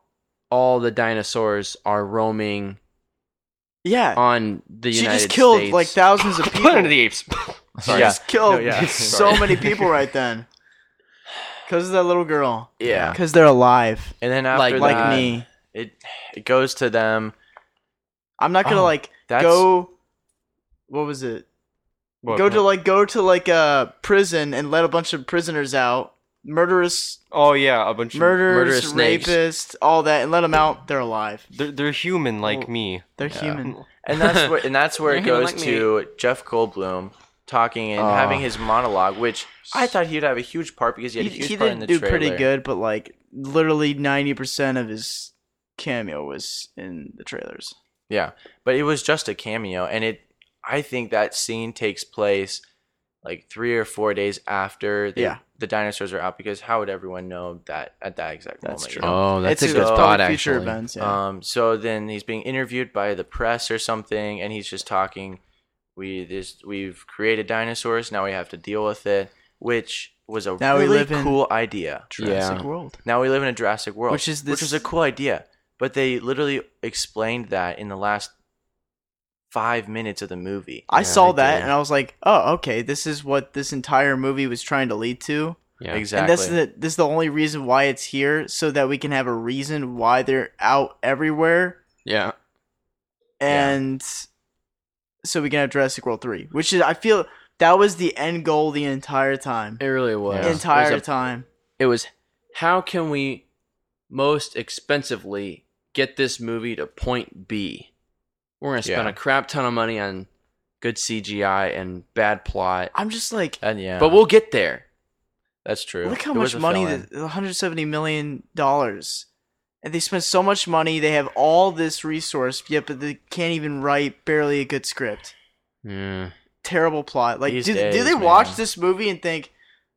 all the dinosaurs are roaming yeah on the she United just killed States. like thousands of people Planet of the Apes. She just killed so many people right then. Because of that little girl. Yeah. Because they're alive. And then Like- after Like that, me. it it goes to them. I'm not going to, Oh, like, that's- go. What was it? What- go to, like, go to, like, a prison and let a bunch of prisoners out. Murderous, Oh yeah, a bunch of murderers, Murderous snakes. rapists, all that, and let them out. They're alive. they're, they're human like me. They're human. and that's where and that's where it You're goes human like to Jeff Goldblum talking Ah. and having his monologue, which I thought he'd have a huge part because he He, had a huge he part in the did do trailer. pretty good, but, like, literally 90% of his cameo was in the trailers. Yeah, but it was just a cameo, and it I think that scene takes place like three or four days after the, Yeah. the dinosaurs are out because how would everyone know that at that exact That's moment? you true. know? Oh, that's It's a good all thought. Actually, Future Uh, events, yeah. Um, so then he's being interviewed by the press or something, and he's just talking. We this we've created dinosaurs. Now we have to deal with it, which was a Now we really live in cool idea. Jurassic Yeah. World. Now we live in a Jurassic World, Which is which this- is a cool idea. But they literally explained that in the last five minutes of the movie. I Yeah, saw they that did. and I was like, oh, okay, this is what this entire movie was trying to lead to. yeah. exactly. And this is, the, this is the only reason why it's here, so that we can have a reason why they're out everywhere. yeah. And so we can have Jurassic World 3, which is, I feel, that was the end goal the entire time. It really was. Entire it was, a- time. it was how can we most expensively get this movie to point B? We're gonna spend Yeah. a crap ton of money on good CGI and bad plot, I'm just like, and yeah, but we'll get there. that's true. look how It was much a money, fill-in. the, the $170 million. And they spent so much money, they have all this resource, yet, but they can't even write barely a good script. Yeah. terrible plot. Like, These do, do days, they watch man. this movie and think,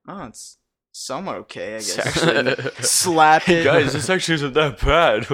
oh, it's somewhat okay, I guess. actually- Slap it. this actually isn't that bad.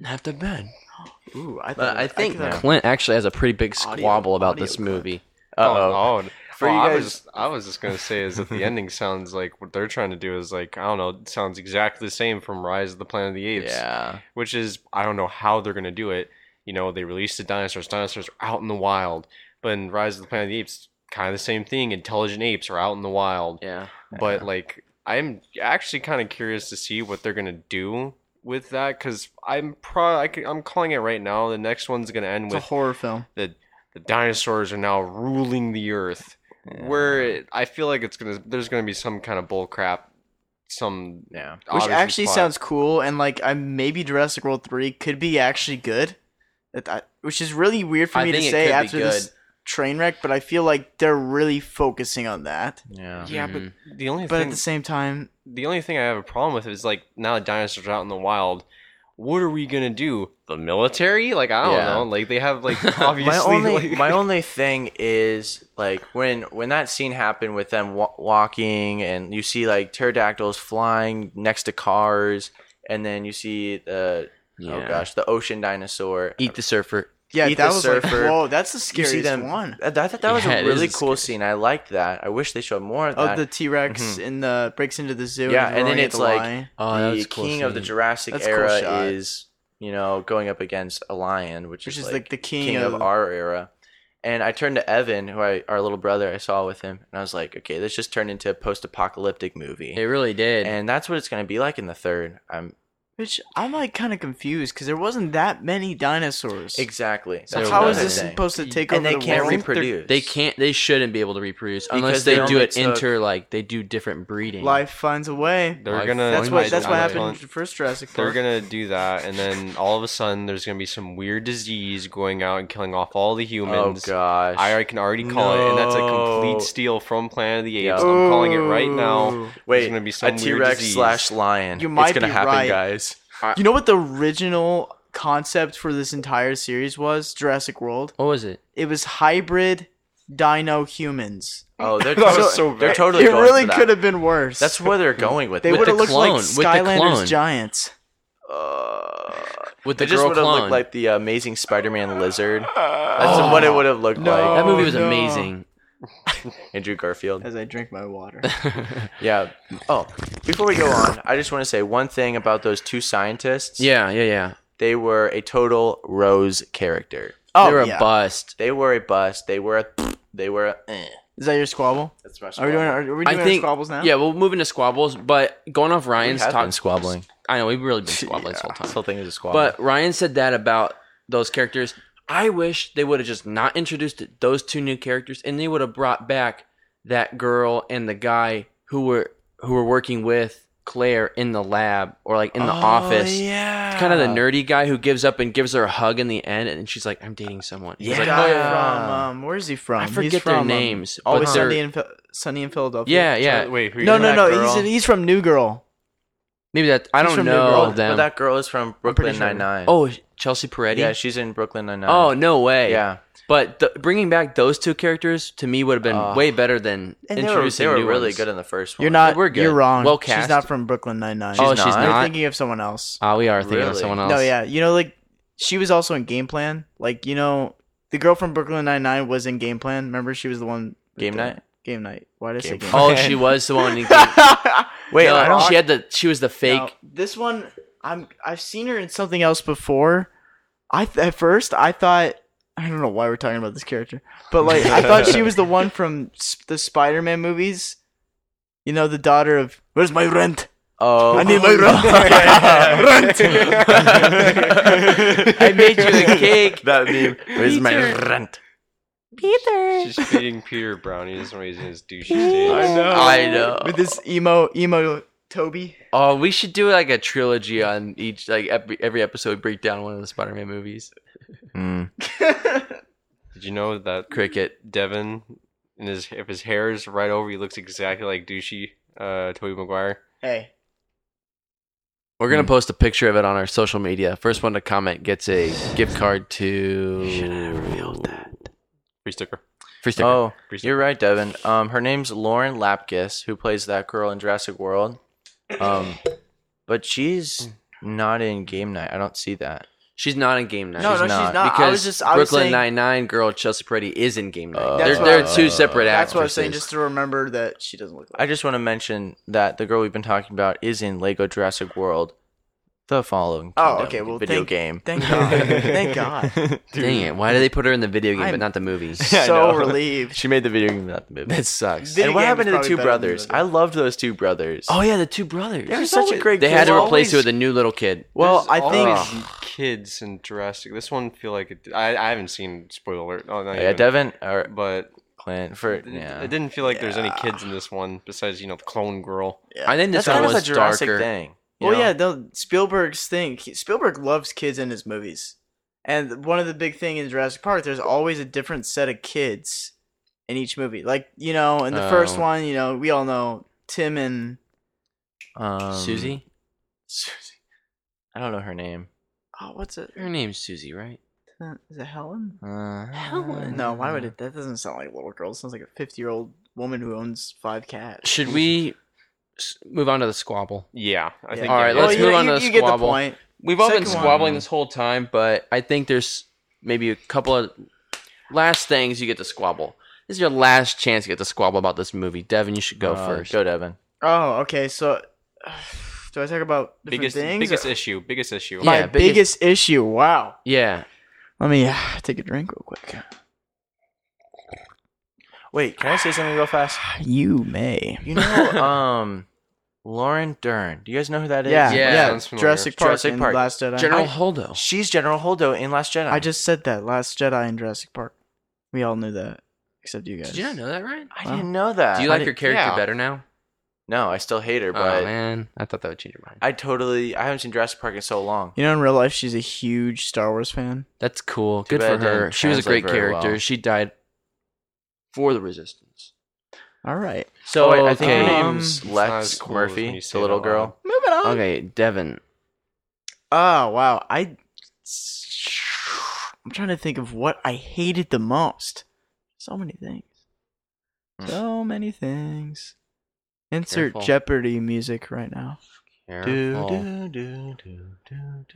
Not that bad. Ooh, I, But I think could- now- Clint actually has a pretty big Audio- squabble about audio this clip. movie. Uh oh. Oh, no. For Oh, you I guys- was I was just gonna say is that the ending sounds like what they're trying to do is like I don't know, it sounds exactly the same from Rise of the Planet of the Apes. Yeah. Which is I don't know how they're gonna do it. You know, they released the dinosaurs, dinosaurs are out in the wild. But in Rise of the Planet of the Apes, kinda the same thing. Intelligent apes are out in the wild. Yeah. But like I'm actually kind of curious to see what they're gonna do with that because I'm pro I c- I'm calling it right now. The next one's gonna end It's a with horror film. the the dinosaurs are now ruling the earth. Where it, I feel like it's gonna there's gonna be some kind of bull crap, some Yeah. Which Which obviously actually plot. sounds cool, and like, I maybe Jurassic World 3 could be actually good. That- that- Which is really weird for I me to think it say could be after this good. train wreck, but I feel like they're really focusing on that. Yeah. Yeah, but the only But thing, at the same time, the only thing I have a problem with is like now that dinosaurs are out in the wild, what are we gonna do? The military? Like I don't Yeah. know. Like they have like obviously my only like, my only thing is like when when that scene happened with them wa- walking and you see like pterodactyls flying next to cars and then you see the oh Yeah. gosh the ocean dinosaur Eat the surfer. yeah, Eat that the was surfer. like, whoa, that's the You see scariest them- one. I, I thought that was Yeah, it a is really the cool scene. I liked that. I wish they showed more of Oh, that. Mm-hmm. the T Rex in the breaks into the zoo. yeah, is and then roaring at it's the like lion. Oh, that the was a cool king of the scene. Jurassic That's a cool era shot. is you know going up against a lion, which, Which is, is, like, the king of, of- our era. And I turned to Evan, who I our little brother I saw with him, and I was like, okay, this just turned into a post-apocalyptic movie, It really did. and that's what it's going to be like in the third. I'm which I'm like kind of confused because there wasn't that many dinosaurs. exactly. So That's how what is I'm this saying. supposed to take And over they the can't world? They're- reproduce. They can't. They shouldn't be able to reproduce Because unless they, they do only it took- inter like they do different breeding. Life finds a way. they're Life gonna That's Find what my that's what way. happened in the first Jurassic They're Park. gonna do that, and then all of a sudden, there's gonna be some weird disease going out and killing off all the Oh humans. gosh. I I can already call it, and that's a No. complete steal from Planet of the Apes. Yeah. I'm calling it right now. Ooh. Wait, there's gonna be some a weird T Rex disease. slash lion. You it's might gonna be happen, right. guys. You know what the original concept for this entire series was? Jurassic World. What was it? It was hybrid dino humans. Oh, they're, That was so, so they're bad. totally. it going really for that. could have been worse. That's where they're going with. they it. with would the have looked clone, like with the Skylanders clone. giants. With the It just girl would have clone. looked like the uh, Amazing Spider-Man lizard. That's what it would have looked that like. movie was no. amazing. Andrew Garfield. As I drink my water. Yeah. Oh, before we go on, I just want to say one thing about those two scientists. Yeah, yeah, yeah. They were a total Rose character. Oh, they were a bust. They were a bust. They were a. They were a. Eh. Is that your squabble? That's my Are we doing? Are we doing I think our squabbles now? Yeah, we'll move into squabbles, but going off Ryan's have talk been squabbling. I know we've really been squabbling this whole This time. whole thing is a squabble. But Ryan said that about those characters. I wish they would have just not introduced it- those two new characters, and they would have brought back that girl and the guy who were who were working with Claire in the lab or like in the office. yeah, It's kind of the nerdy guy who gives up and gives her a hug in the end, and she's like, "I'm dating someone." He's Yeah. like, Guy "Oh, from um, where is he from? I He's forget their from, um, names, but Always they're- Sunny in, Phil- Sunny in Philadelphia. yeah, yeah. Wait, who No, you- no, that no. girl? He's, he's from New Girl. Maybe that I He's don't from New know York, them. But that girl is from Brooklyn sure. Nine Nine. oh, Chelsea Peretti. yeah, she's in Brooklyn Nine Nine. oh no way. yeah. But th- bringing back those two characters to me would have been Oh. way better than And they were, introducing they were new really ones. good in the first one. You're not. we're good. You're wrong. Well She's cast. not from Brooklyn Nine Nine. oh, She's she's not? not. You're thinking of someone else. oh, we are thinking of Really? someone else. No, yeah. You know, like she was also in Game Plan. Like you know, the girl from Brooklyn Nine Nine was in Game Plan. Remember, she was the one. with Game the- night? Game night. Why did I say Game game? Oh, she was the one. Who Wait, no, I don't. She had the. She was the fake. Now, this one, I'm I've seen her in something else before. I th- at first I thought I don't know why we're talking about this character, but like I thought she was the one from sp- the Spider-Man movies. You know, the daughter of Where's my rent? Oh, I need my rent. rent. I made you a cake. that meme. Where's my rent? She's feeding Peter brownies and raising his douchey stage. know. I know. With this emo emo Toby. Oh, we should do like a trilogy on each. Like every, every episode, we break down one of the Spider-Man movies. Mm. Did you know that Cricket. Devin, and his if his hair is right over, he looks exactly like douchey uh, Toby Maguire. Hey, We're Hmm. gonna post a picture of it on our social media. First one to comment gets a gift card to. Should have revealed that. Free sticker. Free sticker. Oh, Free sticker. you're right, Devin. Um, her name's Lauren Lapkus, who plays that girl in Jurassic World. Um, but she's not in Game Night. I don't see that. She's not in game night. no, She's no, not, she's not. Because I was just I was Brooklyn saying, Nine Nine girl Chelsea Peretti is in game night. Uh, they're That's what they're I- two separate That's actors. what I was saying, just to remember that she doesn't look like. I just want to mention that the girl we've been talking about is in Lego Jurassic World, the following Oh, Kingdom okay. Well, video thank, game. Thank God. thank God. Dang it! Why did they put her in the video game but I'm- not the movie? So relieved. She made the video game, not the movie. that sucks. Video and what game happened to is the probably two better than brothers? the I loved those two brothers. Oh yeah, the two brothers. they were such a great. They had to duo. replace it with a new little kid. Well, I think Always kids in Jurassic. This one feel like it. I, I haven't seen spoiler alert. Oh, not Yeah, even. Devin or But Clint for it- yeah. it didn't feel like there's any kids in this one besides you know the clone girl. I think this one That's kind of a was Jurassic darker. thing. you well, know? yeah, the Spielberg's thing. He- Spielberg loves kids in his movies, And one of the big thing in Jurassic Park, there's always a different set of kids in each movie. Like you know, in the first Oh. one, you know, we all know Tim and Um, Susie? Susie. I don't know her name. Oh, what's it? Her name's Susie, right? Uh, Is it Helen? Uh, Helen? No, why would it? That doesn't sound like a little girl. It sounds like a fifty-year-old woman who owns five cats. Should we s- move on to the squabble? Yeah, I think All that right, is- let's Well, you- move on you- to the you get the squabble. point. We've all been Second one. squabbling this whole time, but I think there's maybe a couple of last things you get to squabble. This is your last chance to get to squabble about this movie. Devin, you should go Uh, first. Go, Devin. Oh, okay. So, do I talk about different biggest things? biggest or- issue, biggest issue. My Yeah, biggest- biggest, issue. Wow. Yeah. Let me uh, take a drink real quick. Wait, can I say something real fast? You may. You know, um, Lauren Dern. Do you guys know who that is? Yeah, Yeah, yeah. sounds familiar. Jurassic Park Jurassic and Park. Last Jedi. General I, Holdo. She's General Holdo in Last Jedi. I just said that. Last Jedi and Jurassic Park. We all knew that, except you guys. Did you not know that, right? I didn't know that. Do you like Uh, I her didn't- character yeah. better now? No, I still hate her, but oh man, I thought that would change your mind. I totally. I haven't seen Jurassic Park in so long. You know, in real life, she's a huge Star Wars fan. That's cool. Too Good bad for it didn't her. She was a translate great very character. well. She died for the resistance. All right, So oh, wait, I think her okay, um, name's it's not as Lex cool as when Murphy, you say the it little out girl. moving on. okay, Devin. Oh wow, I. I'm trying to think of what I hated the most. So many things. So many things. Insert Careful. Jeopardy music right now. Careful.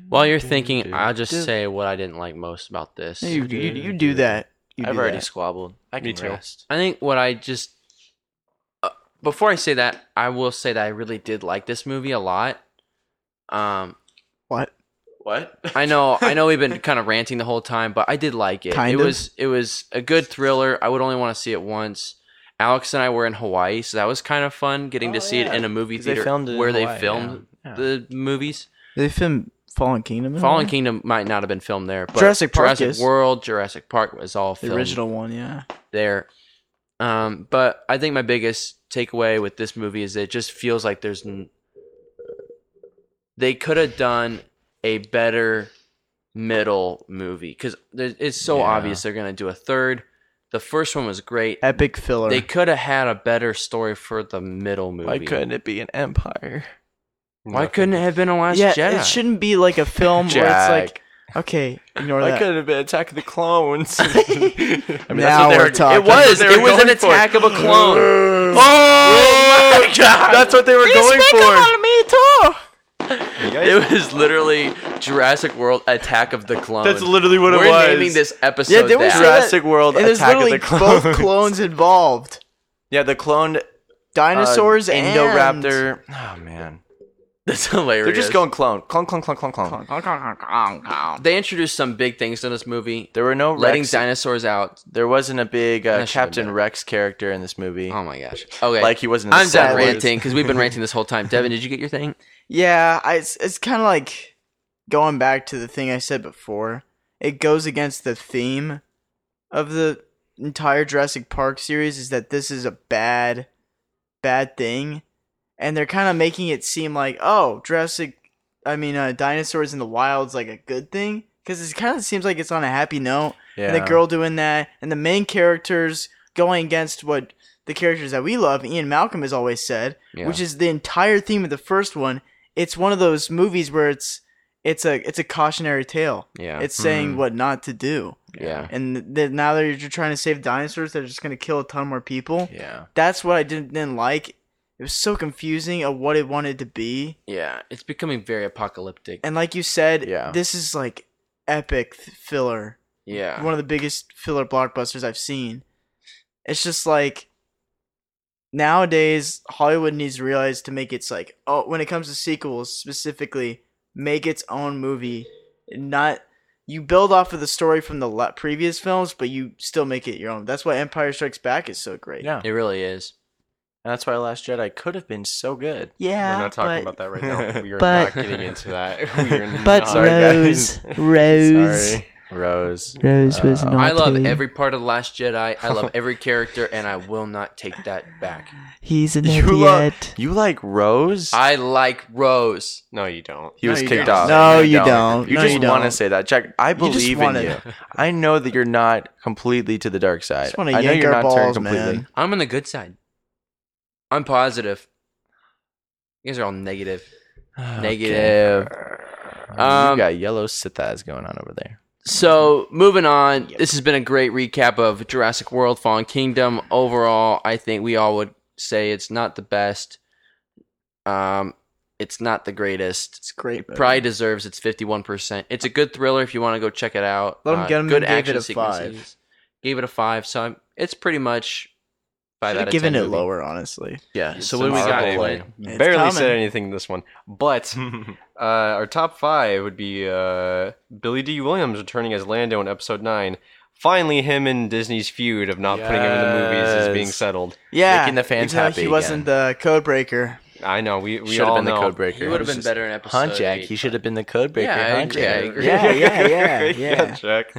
While you're thinking, I'll just say what I didn't like most about this. You, you, you do that. You I've do already that. squabbled. I can Me too. rest. I think what I just uh, before I say that, I will say that I really did like this movie a lot. Um, What? What? I know, I know, we've been kind of ranting the whole time, but I did like it. Kind it of. was, it was a good thriller. I would only want to see it once. Alex and I were in Hawaii, so that was kind of fun getting to Oh, see it yeah. in a movie 'Cause they theater filmed it in where they Hawaii, filmed yeah. Mm-hmm. Yeah. the movies. They film Fallen Kingdom. in Fallen there? Kingdom might not have been filmed there, but Jurassic Park Jurassic is. World, Jurassic Park was all the filmed original one. Yeah. there. Um, but I think my biggest takeaway with this movie is it just feels like there's n- they could have done a better middle movie because it's so Yeah. obvious they're gonna do a third. The first one was great. Epic filler. They could have had a better story for the middle movie. Why couldn't it be an empire? Why couldn't it have been a Last yeah, Jedi? it shouldn't be like a film where it's like, okay, ignore Why that. couldn't it have been Attack of the Clones? I mean, that's Now what they we're were- talking. It was. It It was was an attack of a clone. Oh oh my god! That's what they were going for. me too. It was literally Jurassic World: Attack of the Clones. That's literally what it We're was. naming this episode. Yeah, did we that. say Jurassic World And there's Attack of literally the Clones. both clones involved. Yeah, the cloned uh, Dinosaurs uh, and Indoraptor. Oh man, That's hilarious. they're just going clone, clone, clone, clone, clone, clone. They introduced some big things in this movie. There were no letting Rex. dinosaurs out. there wasn't a big uh, That should've Captain been. Rex character in this movie. Oh my gosh. Okay. Like he wasn't. in I'm Star done Wars. ranting because we've been ranting this whole time. Devin, did you get your thing? Yeah, I, it's it's kind of like going back to the thing I said before. It goes against the theme of the entire Jurassic Park series is that this is a bad bad thing and they're kind of making it seem like, "Oh, Jurassic I mean, uh, dinosaurs in the wild's like a good thing because it kind of seems like it's on a happy note. And the Yeah. girl doing that, and the main characters going against what the characters that we love, Ian Malcolm has always said, Yeah. which is the entire theme of the first one. It's one of those movies where it's it's a it's a cautionary tale. Yeah. it's Hmm. saying what not to do. Yeah. And th- now that you're trying to save dinosaurs, they're just gonna kill a ton more people. Yeah. That's what I didn't, didn't like. It was so confusing of what it wanted to be Yeah. It's becoming very apocalyptic. and like you said, Yeah. this is like epic th- filler. yeah. One of the biggest filler blockbusters I've seen. It's just like nowadays Hollywood needs to realize to make its like oh when it comes to sequels specifically, make its own movie, not you build off of the story from the le- previous films, but you still make it your own. That's why Empire Strikes Back is so great. Yeah. It really is. And that's why Last Jedi could have been so good. yeah. We're not talking but, about that right now. We are but- not getting into that. We are But not. Sorry, guys. Rose, Rose, Sorry. Rose. Rose was I love every part of The Last Jedi. I love every character, and I will not take that back. He's an idiot. you lo- you like Rose? I like Rose. No, you don't. He No, was you kicked don't. off. No, you don't. You No, just you want to don't. say that, Jack. I You just believe in wanna- you. I know that you're not completely to the dark side. just I wanna know yank you're our not turned balls, completely. man. I'm on the good side. I'm positive. You guys are all negative. Negative. you Um, got yellow sithas going on over there. So moving on, this has been a great recap of Jurassic World: Fallen Kingdom. Overall, I think we all would say it's not the best. Um, it's not the greatest. It's great. It probably deserves its fifty-one percent. It's a good thriller if you want to go check it out. Uh, Let 'em get 'em Good and action gave it a five. sequences. Gave it a five, so I'm, it's pretty much five Should've out of given 10 it movie. lower, honestly. Yeah. It's so what do we got? horrible. Blake? I barely said anything this one, but uh, our top five would be uh, Billy D. Williams returning as Lando in Episode Nine. Finally, him and Disney's feud of not putting him in the movies is being Yes. settled. Yeah, fans even though happy He wasn't the code breaker. I know we we Should've all been the know. code breaker. He would've been better in episode Hunt Jack. eight, He should have been the code breaker. Yeah, I Hunt agree, I Jack. agree. Yeah, yeah, yeah, yeah. Jack.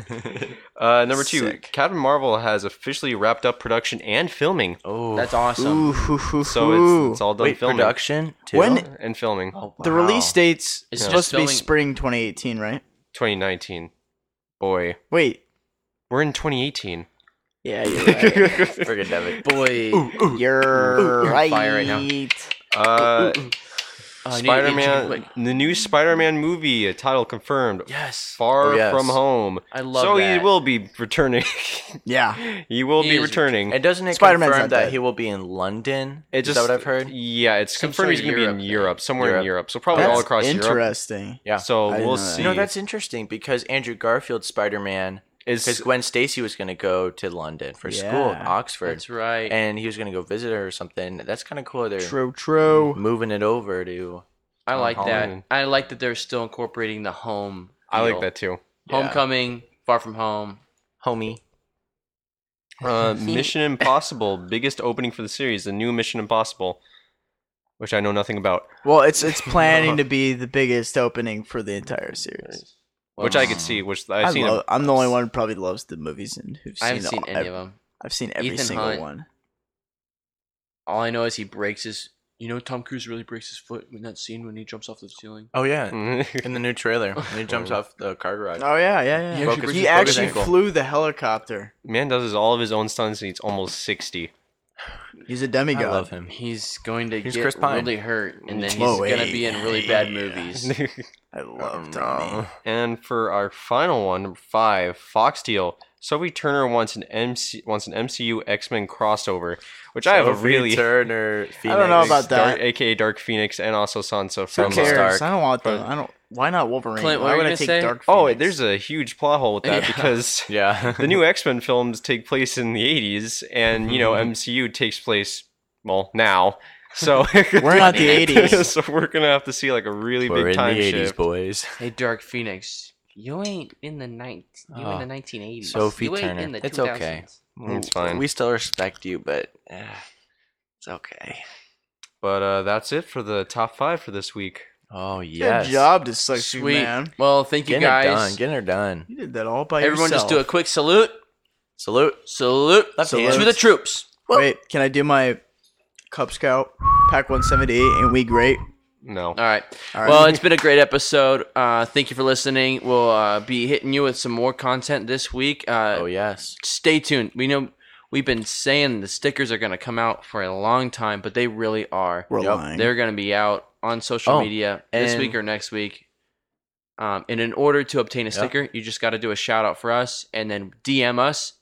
Uh, number two, Captain Marvel has officially wrapped up production and filming. Oh, that's awesome. So it's, it's all done Wait, filming. production too? When- and filming. The release date's It's supposed just to be filming- spring 2018, right? 2019. Boy. Wait. We're in 2018. Yeah, you're right. Friggin' Devitt. Oh, Boy. You're Ooh, ooh. right. Fire right now. Uh, Ooh, ooh, ooh. Oh, I need to eat Spider-Man, chicken the new Spider-Man movie uh, title confirmed. Yes. Far Oh, yes. from home. I love So that. he will be returning. yeah, he will He be is returning. And doesn't it Spider-Man's confirm not that dead. he will be in London? It just, Is that what I've heard? Yeah, it's Some confirmed sort he's of going to be in Europe, somewhere in Europe. So probably all That's across interesting. Europe. So I didn't we'll know that. see. You know, that's interesting because Andrew Garfield's Spider Man Is- because Gwen Stacy was going to go to London for school, Yeah. Oxford. That's right. And he was going to go visit her or something. That's kind of cool. They're True, true. moving it over to. I uh, like Holland. that. I like that they're still incorporating the home. I like feel. that too. Yeah. Homecoming, Far From Home, Homie. Uh, Mission Impossible, biggest opening for the series, the new Mission Impossible, which I know nothing about, Well, it's it's planning to be the biggest opening for the entire series. which I could see, which I've I seen. love- I'm the only one who probably loves the movies and who's I haven't seen, seen all- any of I've- them. I've seen every Ethan single Hunt. one. All I know is he breaks his. You know, Tom Cruise really breaks his foot in that scene when he jumps off the ceiling. Oh, yeah. in the new trailer. When he jumps off the car garage. Oh yeah, yeah, yeah. Focus- focus he actually angle. flew the helicopter. Man does his- all of his own stunts, and he's almost sixty. He's a demigod. love him. He's going to He's get Chris Pine. really hurt, and then he's Whoa, going to hey, be in really bad movies. I love Tommy. And for our final one, number five, Foxsteel. Sophie Turner wants an MC wants an MCU X Men crossover, which I have a Sophie really Turner. Phoenix. don't know about that. Dark, aka Dark Phoenix, and also Sansa Who from cares? Stark. I don't want them. I don't. Why not Wolverine? Clint, what why were would you I gonna take say? Dark? Oh, Phoenix? there's a huge plot hole with that Yeah. because Yeah. the new X Men films take place in the 80s, and you know Mm-hmm. MCU takes place well now. So We're not the 80s. so we're gonna have to see like a really We're big in the time 80s, shift. boys. hey, Dark Phoenix, you ain't in the night. You Oh, in the 1980s. Sophie you ain't Turner. In the It's okay. 2000s. It's fine. We still respect you, but uh, it's okay. But uh, that's it for the top five for this week. Oh yes. good job, dyslexic Sweet. man. Well, thank you Getting her done. guys. Getting her done. You did that all by Everyone, yourself. just do a quick salute. Salute. Salute Left hand. to the troops. Wait, can I do my Cub Scout Pack 178? Ain't we great? No. All right. right. Well, it's been a great episode. Uh, thank you for listening. We'll uh, be hitting you with some more content this week. Uh, Oh yes. Stay tuned. We know we've been saying the stickers are going to come out for a long time, but they really are. We're lying. They're going to be out on social Oh, media this and- week or next week. Um, and in order to obtain a sticker, you just got to do a shout out for us and then DM us,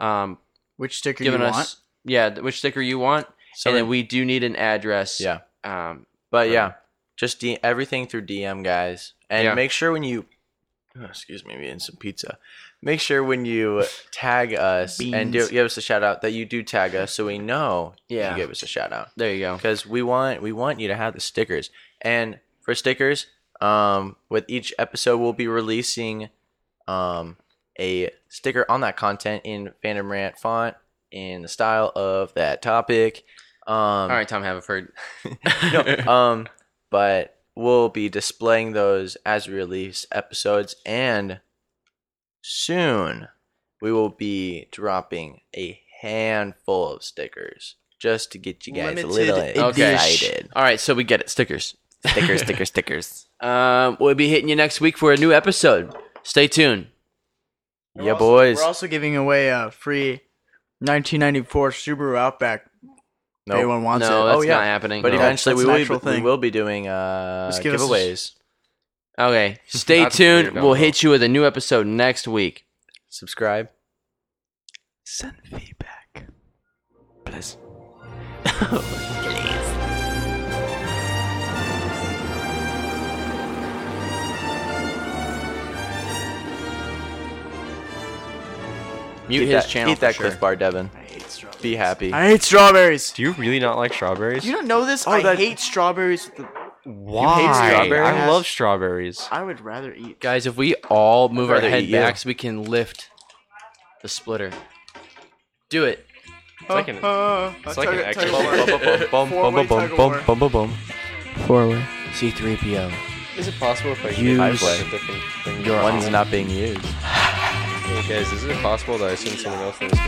um, Which sticker giving you us want? yeah th- which sticker you want, Sorry. and then we do need an address. Yeah. Um, But Right. yeah, just D- everything through DM, guys, and Yeah. make sure when you, oh, excuse me, I'm eating some pizza. Make sure when you tag us and do, Beans. give us a shout out that you do tag us, so we know Yeah. you gave us a shout out there you go. because we want we want you to have the stickers. And for stickers, um, with each episode, we'll be releasing um, a sticker on that content in Phantom Rant font in the style of that topic. Um, All right, Tom Haverford. no, um, but we'll be displaying those as we release episodes, and soon we will be dropping a handful of stickers just to get you guys a little excited. All right, so we get it. Stickers. Stickers, stickers, stickers. Um, we'll be hitting you next week for a new episode. Stay tuned. yeah, boys. We're also giving away a free 1994 Subaru Outback. Nope. Anyone wants No, it? Oh, that's not happening. Oh, But No. eventually That's we an will, actual be, we thing. will be doing uh, Just give us a- giveaways. Okay, stay That's tuned. weird, I We'll don't know. hit you with a new episode next week. Subscribe. Send feedback. Please. Mute Eat his that- channel. Eat that for sure. Cliff Bar, Devin. Be happy. I hate strawberries. Do you really not like strawberries? You don't know this? I hate strawberries. with the- Why? strawberries? I love strawberries. I would rather eat. Guys, if we all move our rather head eat you. backs, we can lift the splitter. Do it. like an- Uh, it's like an extra- Four way. C3PO. Is it possible if I Use can play a different thing? your One's arm. not being used. Hey guys, is it possible that I send someone else in this?